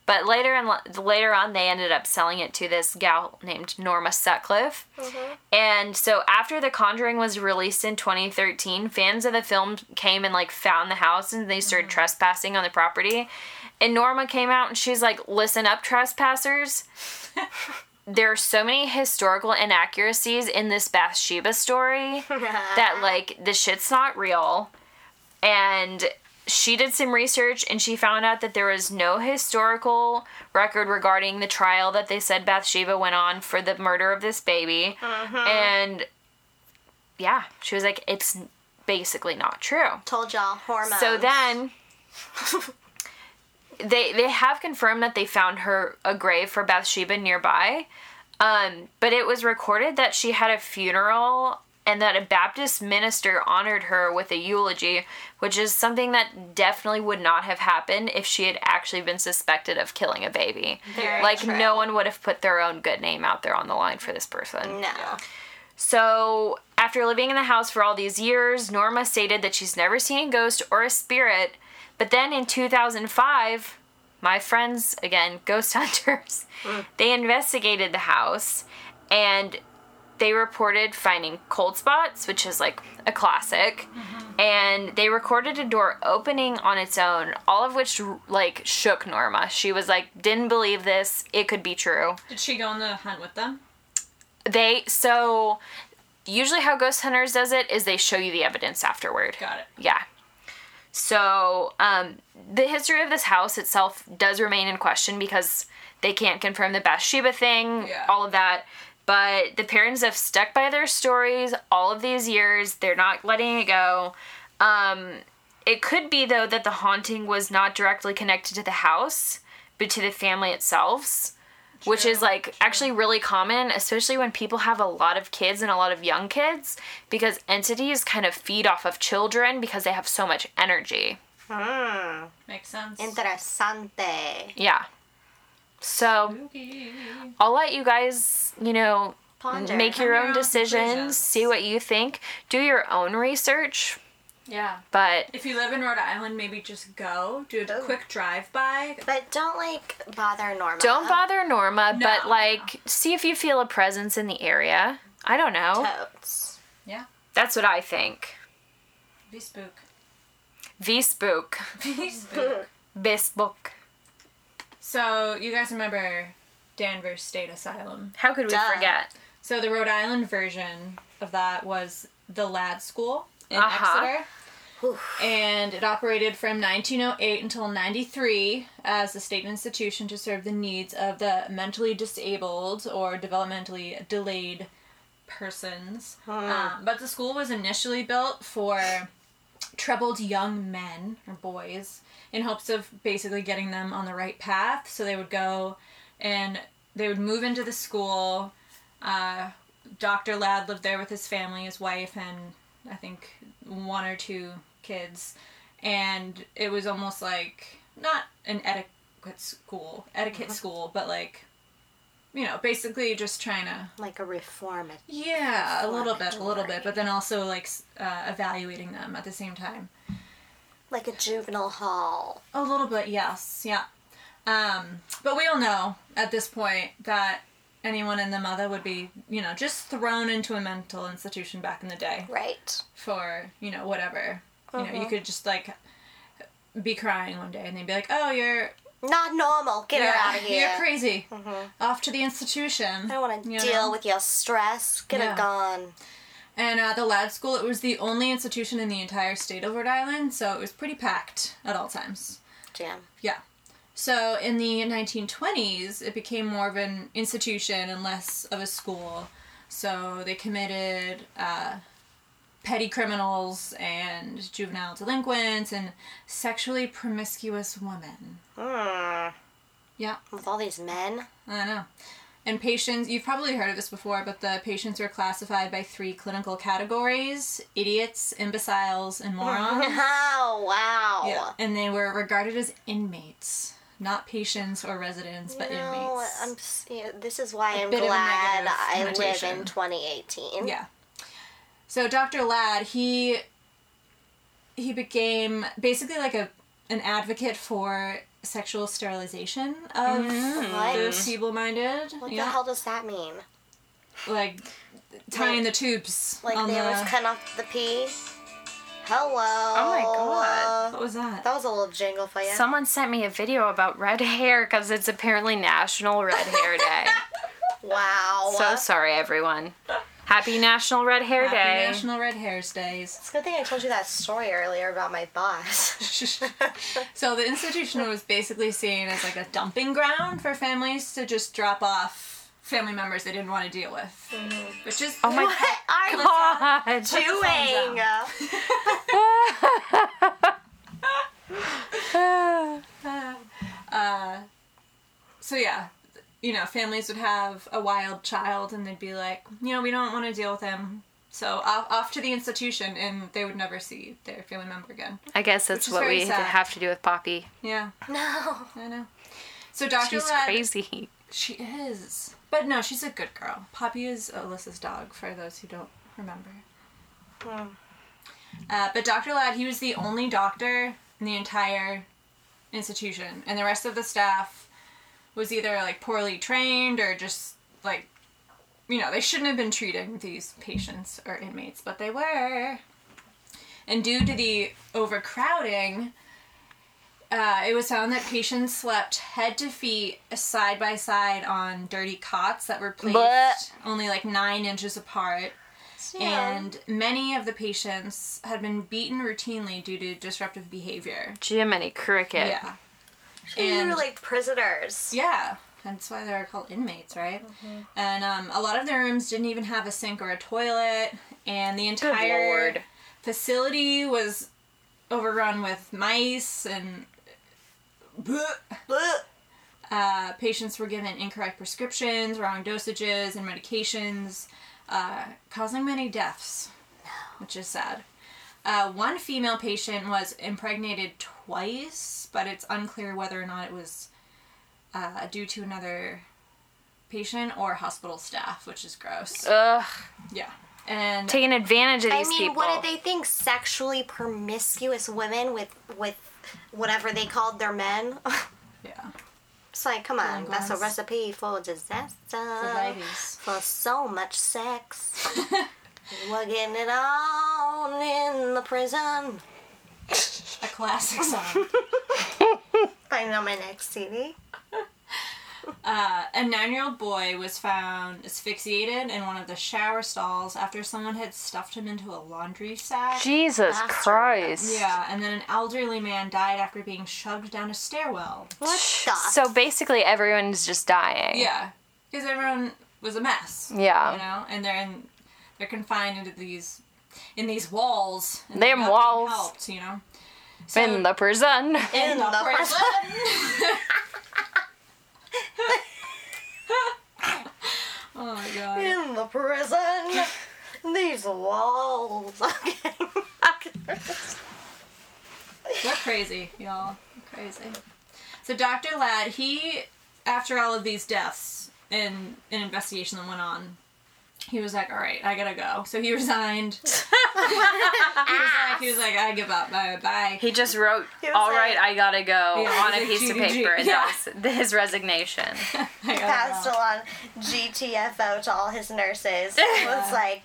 But later and later on, they ended up selling it to this gal named Norma Sutcliffe. And so after The Conjuring was released in 2013, fans of the film came and like found the house and they started trespassing on the property. And Norma came out and she's like, "Listen up, trespassers." There are so many historical inaccuracies in this Bathsheba story that like the shit's not real and she did some research and she found out that there was no historical record regarding the trial that they said Bathsheba went on for the murder of this baby. And yeah, she was like, it's basically not true. Told y'all hormones. So <laughs> then they they have confirmed that they found her a grave for Bathsheba nearby. Um, but it was recorded that she had a funeral and that a Baptist minister honored her with a eulogy, which is something that definitely would not have happened if she had actually been suspected of killing a baby. Very like true. no one would have put their own good name out there on the line for this person. no. So, after living in the house for all these years, Norma stated that she's never seen a ghost or a spirit. But then in 2005, my friends, again, <laughs> ghost hunters, they investigated the house and they reported finding cold spots, which is like a classic. And they recorded a door opening on its own, all of which like shook Norma. She was like, didn't believe this, it could be true Did she go on the hunt with them? they so usually how ghost hunters does it is they show you the evidence afterward Got it. yeah so um, the history of this house itself does remain in question because they can't confirm the bathsheba thing Yeah. all of that But the parents have stuck by their stories all of these years. They're not letting it go. Um, it could be, though, that the haunting was not directly connected to the house, but to the family itself, which True, is like actually really common, especially when people have a lot of kids and a lot of young kids, because entities kind of feed off of children because they have so much energy. Hmm. Makes sense. Interesante. Yeah. So Okay. I'll let you guys, you know, Ponder. make your Come your own own decisions, conclusions. see what you think, do your own research, Yeah. but If you live in Rhode Island, maybe just go do a Oh. quick drive by. But don't like bother Norma. don't bother Norma, Uh-huh. No. but like see if you feel a presence in the area. I don't know. Totes. Yeah. That's what I think. Be spook. V spook. Be spook. Bespook. so you guys remember Danvers State Asylum? How could we Duh. forget? So the Rhode Island version of that was the Ladd School in Uh-huh. Exeter. And it operated from 1908 until 93 as a state institution to serve the needs of the mentally disabled or developmentally delayed persons. Um, but the school was initially built for troubled young men or boys in hopes of basically getting them on the right path. So they would go and they would move into the school. Uh, Dr. Ladd lived there with his family, his wife, and I think one or two kids. And it was almost like not an etiquette school, etiquette school, but like, you know, basically just trying to <laughs> Like a reform. yeah, a little bit, a little Formatory. bit, but then also like s- uh, evaluating them at the same time. Like a juvenile hall. A little bit, yes, yeah. Um, but we all know at this point that anyone in the mother would be, you know, just thrown into a mental institution back in the day Right. for, you know, whatever. You Uh-huh. know, you could just like be crying one day and they'd be like, "Oh, you're Not normal. Get yeah, her out of here. <laughs> Uh-huh. You're crazy. Off to the institution." I don't want to you deal know? with your stress. Get Yeah. her gone. And uh, the Ladd School, it was the only institution in the entire state of Rhode Island, so it was pretty packed at all times. Jam. Yeah. So in the 1920s, it became more of an institution and less of a school. So they committed uh, petty criminals and juvenile delinquents and sexually promiscuous women. Mm. Yeah. With all these men. I know. And patients, you've probably heard of this before, but the patients are classified by three clinical categories idiots, imbeciles, <laughs> and morons. Oh, wow. yeah. And they were regarded as inmates, not patients or residents, but No, inmates. I'm, s- yeah, this is why i I'm bit of a glad negative I live in connotation. 2018. Yeah. So Dr. Ladd, he he became basically like a an advocate for sexual sterilization of the What? feeble-minded. What Mm-hmm. yeah. the hell does that mean? Like tying the tubes. Like on they the... would cut off the pee? Hello. Oh my God. What was that? That was a little jingle for you. Someone sent me a video about red <laughs> hair because it's apparently National Red <laughs> Hair Day. wow. so sorry, everyone. Happy National Red Hair Happy Day. National Red Hairs Days. it's a good thing I told you that story earlier about my boss. <laughs> <laughs> so the institution was basically seen as like a dumping ground for families to just drop off family members they didn't want to deal with, which is oh my what are you god. <laughs> doing? uh, so yeah, you know, families would have a wild child and they'd be like, you know, we don't want to deal with him. So off, off to the institution, and they would never see their family member again. <laughs> I guess that's is what very we sad. have to do with Poppy. Yeah, No. I know. So Dr. She's Ladd- crazy. <laughs> She is. But no, she's a good girl. Poppy is Alyssa's dog, for those who don't remember. Hmm. Uh, but Dr. Ladd, he was the only doctor in the entire institution, and the rest of the staff was either like poorly trained or just like, you know, they shouldn't have been treating these patients or inmates, but they were. And due to the overcrowding, uh, it was found that patients slept head to feet side by side on dirty cots that were placed Blech. only like nine inches apart. Yeah. And many of the patients had been beaten routinely due to disruptive behavior. Jiminy Cricket. Yeah. These are And like prisoners. yeah, That's why they're called inmates, right? And um, a lot of their rooms didn't even have a sink or a toilet, and the entire lord. facility was overrun with mice, and <laughs> uh, patients were given incorrect prescriptions, wrong dosages, and medications, uh, causing many deaths, which is sad. Uh, one female patient was impregnated twice, but it's unclear whether or not it was uh, due to another patient or hospital staff, which is gross. Ugh, Yeah. And taking advantage of I these mean, people. what did they think? Sexually promiscuous women with with whatever they called their men. <laughs> yeah. it's like, come on, Long that's a glass. recipe for disaster. Uh, ladies. For so much sex. We're getting it on in the prison. A classic song. Find it on my next CD. A nine year old boy was found asphyxiated in one of the shower stalls after someone had stuffed him into a laundry sack. Jesus Bastard. Christ. yeah, and then an elderly man died after being shoved down a stairwell. What the? So basically, everyone's just dying. Yeah, because everyone was a mess. Yeah. you know, and they're in, they're confined into these in these walls. And Them they're not being walls. helped, you know. So, In the prison. in, In the, the prison. <laughs> oh my god. in the prison. These walls. <laughs> We're crazy, y'all. We're crazy. So Dr. Ladd, he, after all of these deaths and an investigation that went on, he was like, "All right, I gotta go." So he <laughs> resigned. he, was like, he was like, "I give up. Bye, bye." He just wrote, He was "All like- right, I gotta go" Yeah, on a he's piece like, of GGG. paper, and Yeah. that was his resignation. I gotta Passed go. along GTFO to all his nurses. It was like,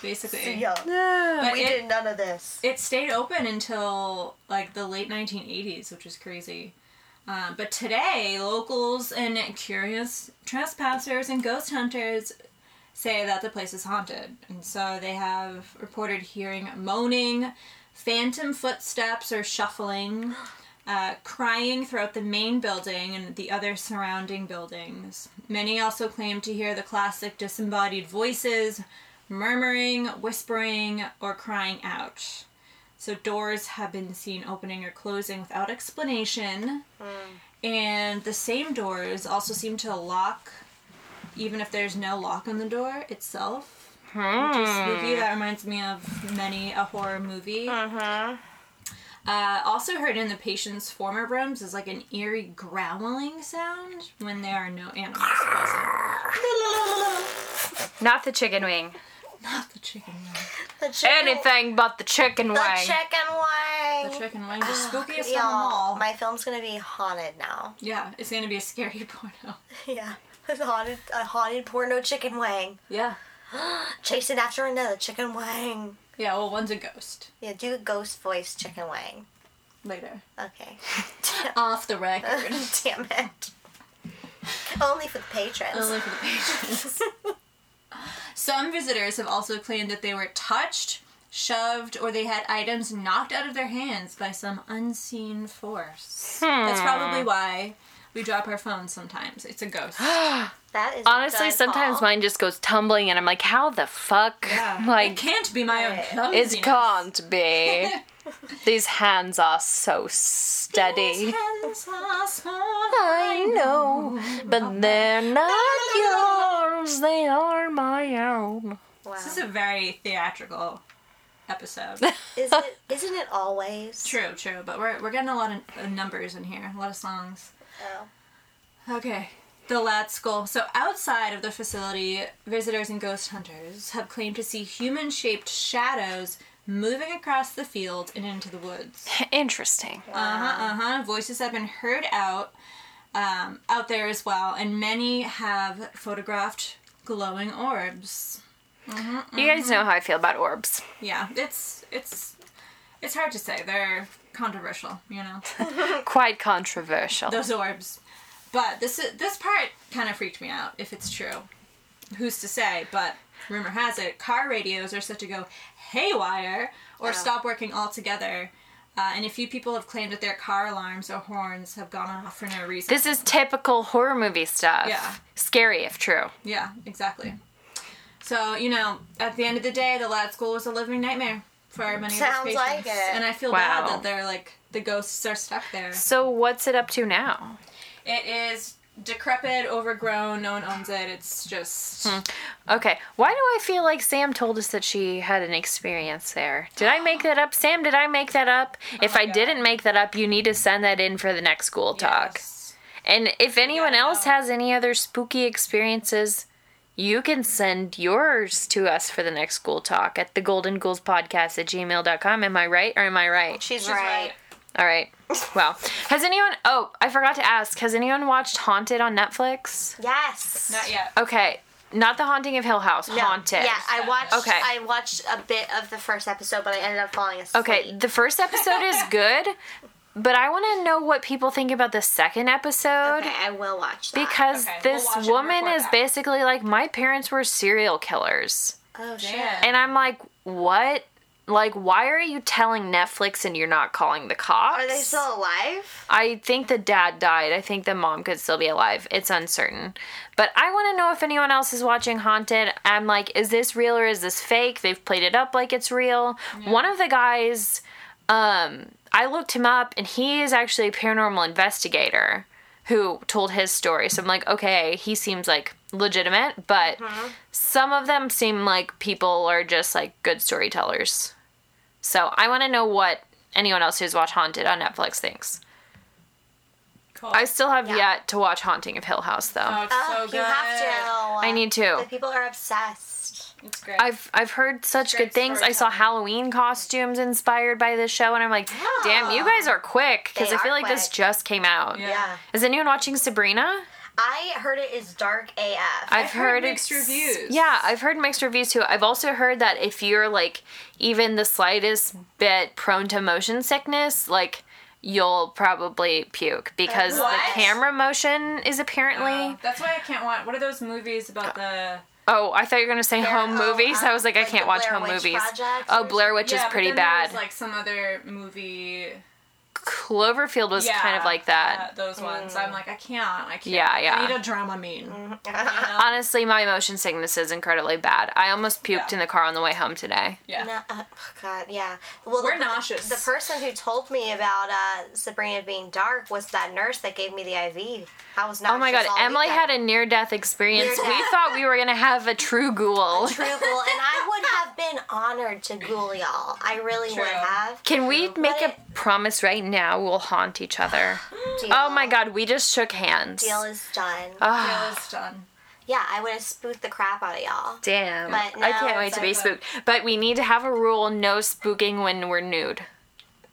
basically. yo, But we it- did none of this. it stayed open until like the late 1980s, which is crazy. Um, but today, locals and curious trespassers and ghost hunters say that the place is haunted, and so they have reported hearing moaning, phantom footsteps or shuffling, uh, crying throughout the main building and the other surrounding buildings. Many also claim to hear the classic disembodied voices, murmuring, whispering, or crying out. So doors have been seen opening or closing without explanation. And the same doors also seem to lock even if there's no lock on the door itself. Which is spooky. That reminds me of many a horror movie. Uh-huh. Uh, also heard in the patient's former rooms is like an eerie growling sound when there are no animals present. Not the chicken wing. Not the chicken wing. The chicken, Anything but the chicken the wing. chicken The wing. chicken wing. The spookiest of them all. Y'all, my film's gonna be haunted now. yeah, it's gonna be a scary <laughs> porno. Yeah. It's haunted, a haunted porno chicken wing. Yeah. Chasing after another chicken wing. Yeah, well, one's a ghost. Yeah, do a ghost voice chicken wing. Later. Okay. <laughs> Off the record. Damn it. Only for the patrons. Only for the patrons. Some visitors have also claimed that they were touched, shoved, or they had items knocked out of their hands by some unseen force. That's probably why we drop our phones sometimes. It's a ghost. That is a Honestly, good sometimes call. mine just goes tumbling, and I'm like, "How the fuck?" <laughs> it like, can't be my own Right. clumsiness. it can't be. <laughs> These hands are so steady. Hands are small. I know, but they're <laughs> not yours. They are my own. Wow. This is a very theatrical episode. Is it, isn't it always? true, true. But we're, we're getting a lot of uh, numbers in here, a lot of songs. Oh. Okay. The Lat Skull. So, outside of the facility, visitors and ghost hunters have claimed to see human shaped shadows moving across the field and into the woods. Interesting. Uh huh, uh huh. Voices have been heard out, um, out there as well, and many have photographed glowing orbs. You guys know how I feel about orbs. Yeah, it's it's it's hard to say. They're controversial, you know. Quite controversial. those orbs. But this this part kind of freaked me out. If it's true, who's to say? But rumor has it, car radios are set to go haywire or stop working altogether Uh, and a few people have claimed that their car alarms or horns have gone off for no reason. This is typical horror movie stuff. Yeah. Scary if true. yeah, exactly. So you know, at the end of the day, the lad school was a living nightmare for many of Sounds his like patients, it. and I feel Wow. bad that they're like the ghosts are stuck there. So what's it up to now? It is decrepit, overgrown. No one owns it. It's just Okay. Why do I feel like Sam told us that she had an experience there? Did I make that up? Sam, did I make that up? if I Oh God. didn't make that up, you need to send that in for the next school talk. Yes. And if anyone Yeah, I else know. has any other spooky experiences, you can send yours to us for the next school talk at the golden ghouls podcast at gmail.com. Am I right or am I right? She's, She's right. All right. Wow. Has anyone, oh, I forgot to ask, has anyone watched Haunted on Netflix? Yes. Not yet. Okay. Not The Haunting of Hill House, No. Haunted. Yeah, I watched. Okay. I watched a bit of the first episode, but I ended up falling asleep. Okay, the first episode <laughs> is good, but I want to know what people think about the second episode. Okay, I will watch that. Because Okay, we'll this watch it and woman report is back. basically like, my parents were serial killers. oh shit. Yeah. And I'm like, what? Like, why are you telling Netflix and you're not calling the cops? Are they still alive? I think the dad died. I think the mom could still be alive. It's uncertain. But I want to know if anyone else is watching Haunted. I'm like, is this real or is this fake? They've played it up like it's real. One of the guys, um, I looked him up and he is actually a paranormal investigator who told his story. So I'm like, okay, he seems like legitimate, but some of them seem like people are just like good storytellers. So I want to know what anyone else who's watched Haunted on Netflix thinks. Cool. I still have Yeah. yet to watch Haunting of Hill House though. oh, it's Oh, so good. you have to. Oh, I need The to. people are obsessed. It's great. I've I've heard such Great good things. I saw storytelling. Halloween costumes inspired by this show, and I'm like, damn, you guys are quick because They I feel are like this quick. just came out. Yeah. Yeah. Is anyone watching Sabrina? I heard it is dark AF. <laughs> I've, heard, heard mixed it's- reviews. Yeah, I've heard mixed reviews too. I've also heard that if you're like even the slightest bit prone to motion sickness, like you'll probably puke because the What? camera motion is apparently. Uh, that's why I can't watch. What are those movies about the? Oh, I thought you were gonna say Blair- home oh, movies. um, I was like, I like can't the watch Blair home Witch movies. Project oh, or Blair Witch is but pretty then there bad. was, like some other movie. Cloverfield was kind of like that. uh, those ones. I'm like, I can't. I can't. Yeah, yeah. I need a drama mean. Honestly, my motion sickness is incredibly bad. I almost puked Yeah. in the car on the way home today. Yeah. No, uh, oh God, yeah. Well, We're the, nauseous. The person who told me about uh, Sabrina being dark was that nurse that gave me the IV. I was not. Oh my god, Emily had a near death experience. Near we death. thought we were gonna have a true ghoul. true ghoul, and I would have been honored to ghoul y'all. I really True. would have. Can we make But a promise right now we'll haunt each <gasps> other? Oh my god, we just shook hands. Deal is done. Ah, Deal is done. yeah, I would have spooked the crap out of y'all. damn. But I now can't wait it's to be like a- spooked. But we need to have a rule no spooking when we're nude.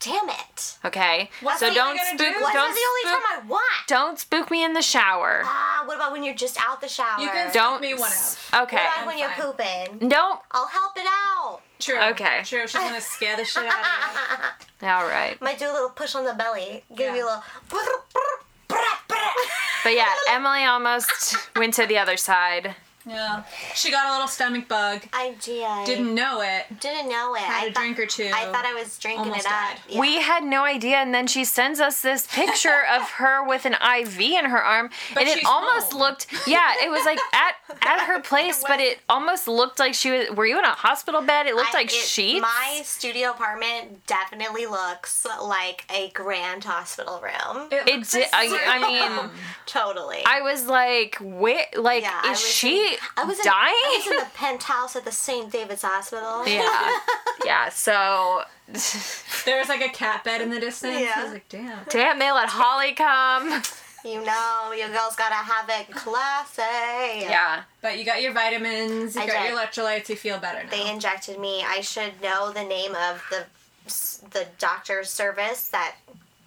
Damn it. Okay? What's so the- don't what are spook you gonna do? What's the don't only spook, time I want? don't spook me in the shower. Ah, what about when you're just out the shower? You can Don't- me one out. What Okay. about when you're Fine. pooping? Don't I'll help it out. True. Okay. True. She's <laughs> gonna scare the shit out of you. All right. Might do a little push on the belly. Give you a little. But <laughs> yeah, Emily almost went to the other side. Yeah. She got a little stomach bug. I did. Didn't know it. Didn't know it. Had I a thought- drink or two. I thought I was drinking Almost it up. died. Yeah. We had no idea, and then she sends us this <laughs> picture of her with an IV in her arm, But and it she's almost home. looked, yeah, it was <laughs> like at at her place, but it almost looked like she was. Were you in a hospital bed? It looked I- like it- sheets. My studio apartment definitely looks like a grand hospital room. It, It did. I, I mean, Totally. I was like, wait, like Yeah, is I was she in- I was in- dying? I was in the penthouse at the St. David's Hospital. yeah, yeah. So, there was like a cat bed in the distance. Yeah. I was like, damn. damn, they let Holly come. <laughs> You know, your girl's gotta have it classy. Yeah. But you got your vitamins. You I got did. your electrolytes. You feel better now. They injected me. I should know the name of the the doctor's service that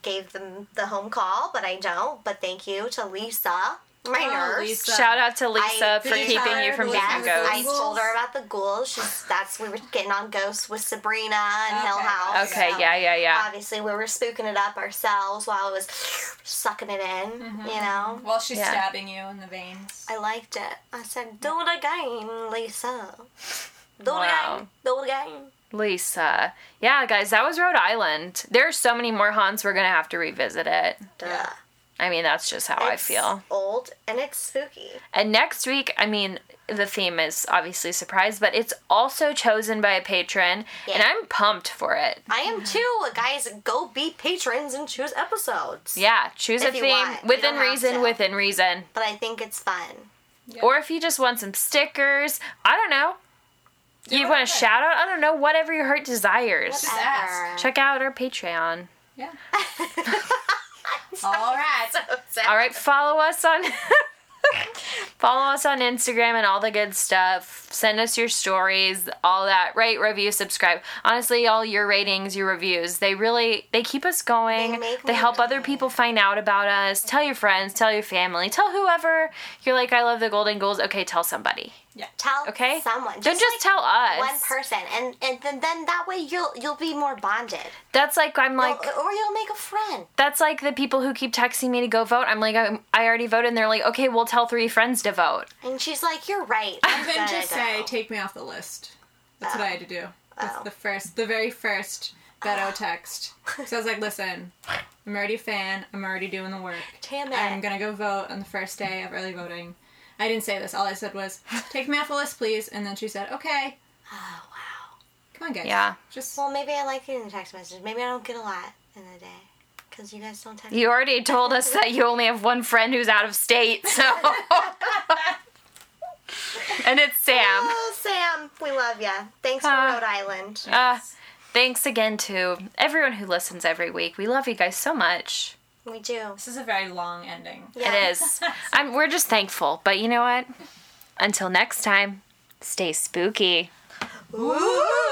gave them the home call, but I don't. But thank you to Lisa, my Oh, nurse. Lisa. Shout out to Lisa Did for you keeping tell you her from to being listen Yes, to ghost. I told her about the ghouls. She's that's we were getting on ghosts with Sabrina and Hill Okay, House. Okay, so yeah, yeah, yeah. Obviously, we were spooking it up ourselves while I was sucking it in. Mm-hmm. You know, While she's Yeah. stabbing you in the veins. I liked it. I said, "Do it again, Lisa. Do it Wow. again. Do it again." Lisa. Yeah, guys, that was Rhode Island. There are so many more haunts. We're gonna have to revisit it. Duh. I mean, that's just how I It's feel. old and it's spooky. And next week, I mean, the theme is obviously surprise, but it's also chosen by a patron, and Yeah. I'm pumped for it. I <sighs> am too, guys. Go be patrons and choose episodes. Yeah, choose a If you theme want. You within don't have reason, to. within reason. But I think it's fun. Or if you just want some stickers, I don't know. you want a whatever. shout out? I don't know. Whatever your heart desires. Whatever. ask. Check out our Patreon. <laughs> Yeah. All right. All right, follow us on <laughs> follow us on Instagram and all the good stuff. Send us your stories, all that. Rate, review, subscribe. Honestly, all your ratings, your reviews, they really they keep us going. They make They me help do other people find out about us. Tell your friends, tell your family, tell whoever. You're like, I love the Golden Goals. Okay, tell somebody. Tell Okay? someone. Don't just tell us. one person, and and then, then that way you'll you'll be more bonded, That's like I'm like or, or you'll make a friend. that's like the people who keep texting me to go vote. I'm like I'm, I already voted and they're like, "Okay, we'll tell 3 friends to vote." And she's like, "You're right." Oh. I'm gonna going to go." say, take me off the list. That's what I had to do. That's Oh. the first, the very first Ah. Beto <laughs> text. So I was like, listen, I'm already a fan. I'm already doing the work. Damn it. I'm going to go vote on the first day of early voting. I didn't say this. All I said was, take me off the list, please. And then she said, okay. oh wow. Come on, guys. Yeah. Just Well, maybe I like getting the text message. Maybe I don't get a lot in a day because you guys don't text. You already told us that you only have one friend who's out of state, so. <laughs> and it's Sam. Oh, Sam, we love you. Thanks for Ah. Rhode Island. Uh, thanks again to everyone who listens every week. We love you guys so much. We do. This is a very long ending. Yeah. It is. I'm, we're just thankful. But you know what? Until next time, stay spooky. Ooh. Oh,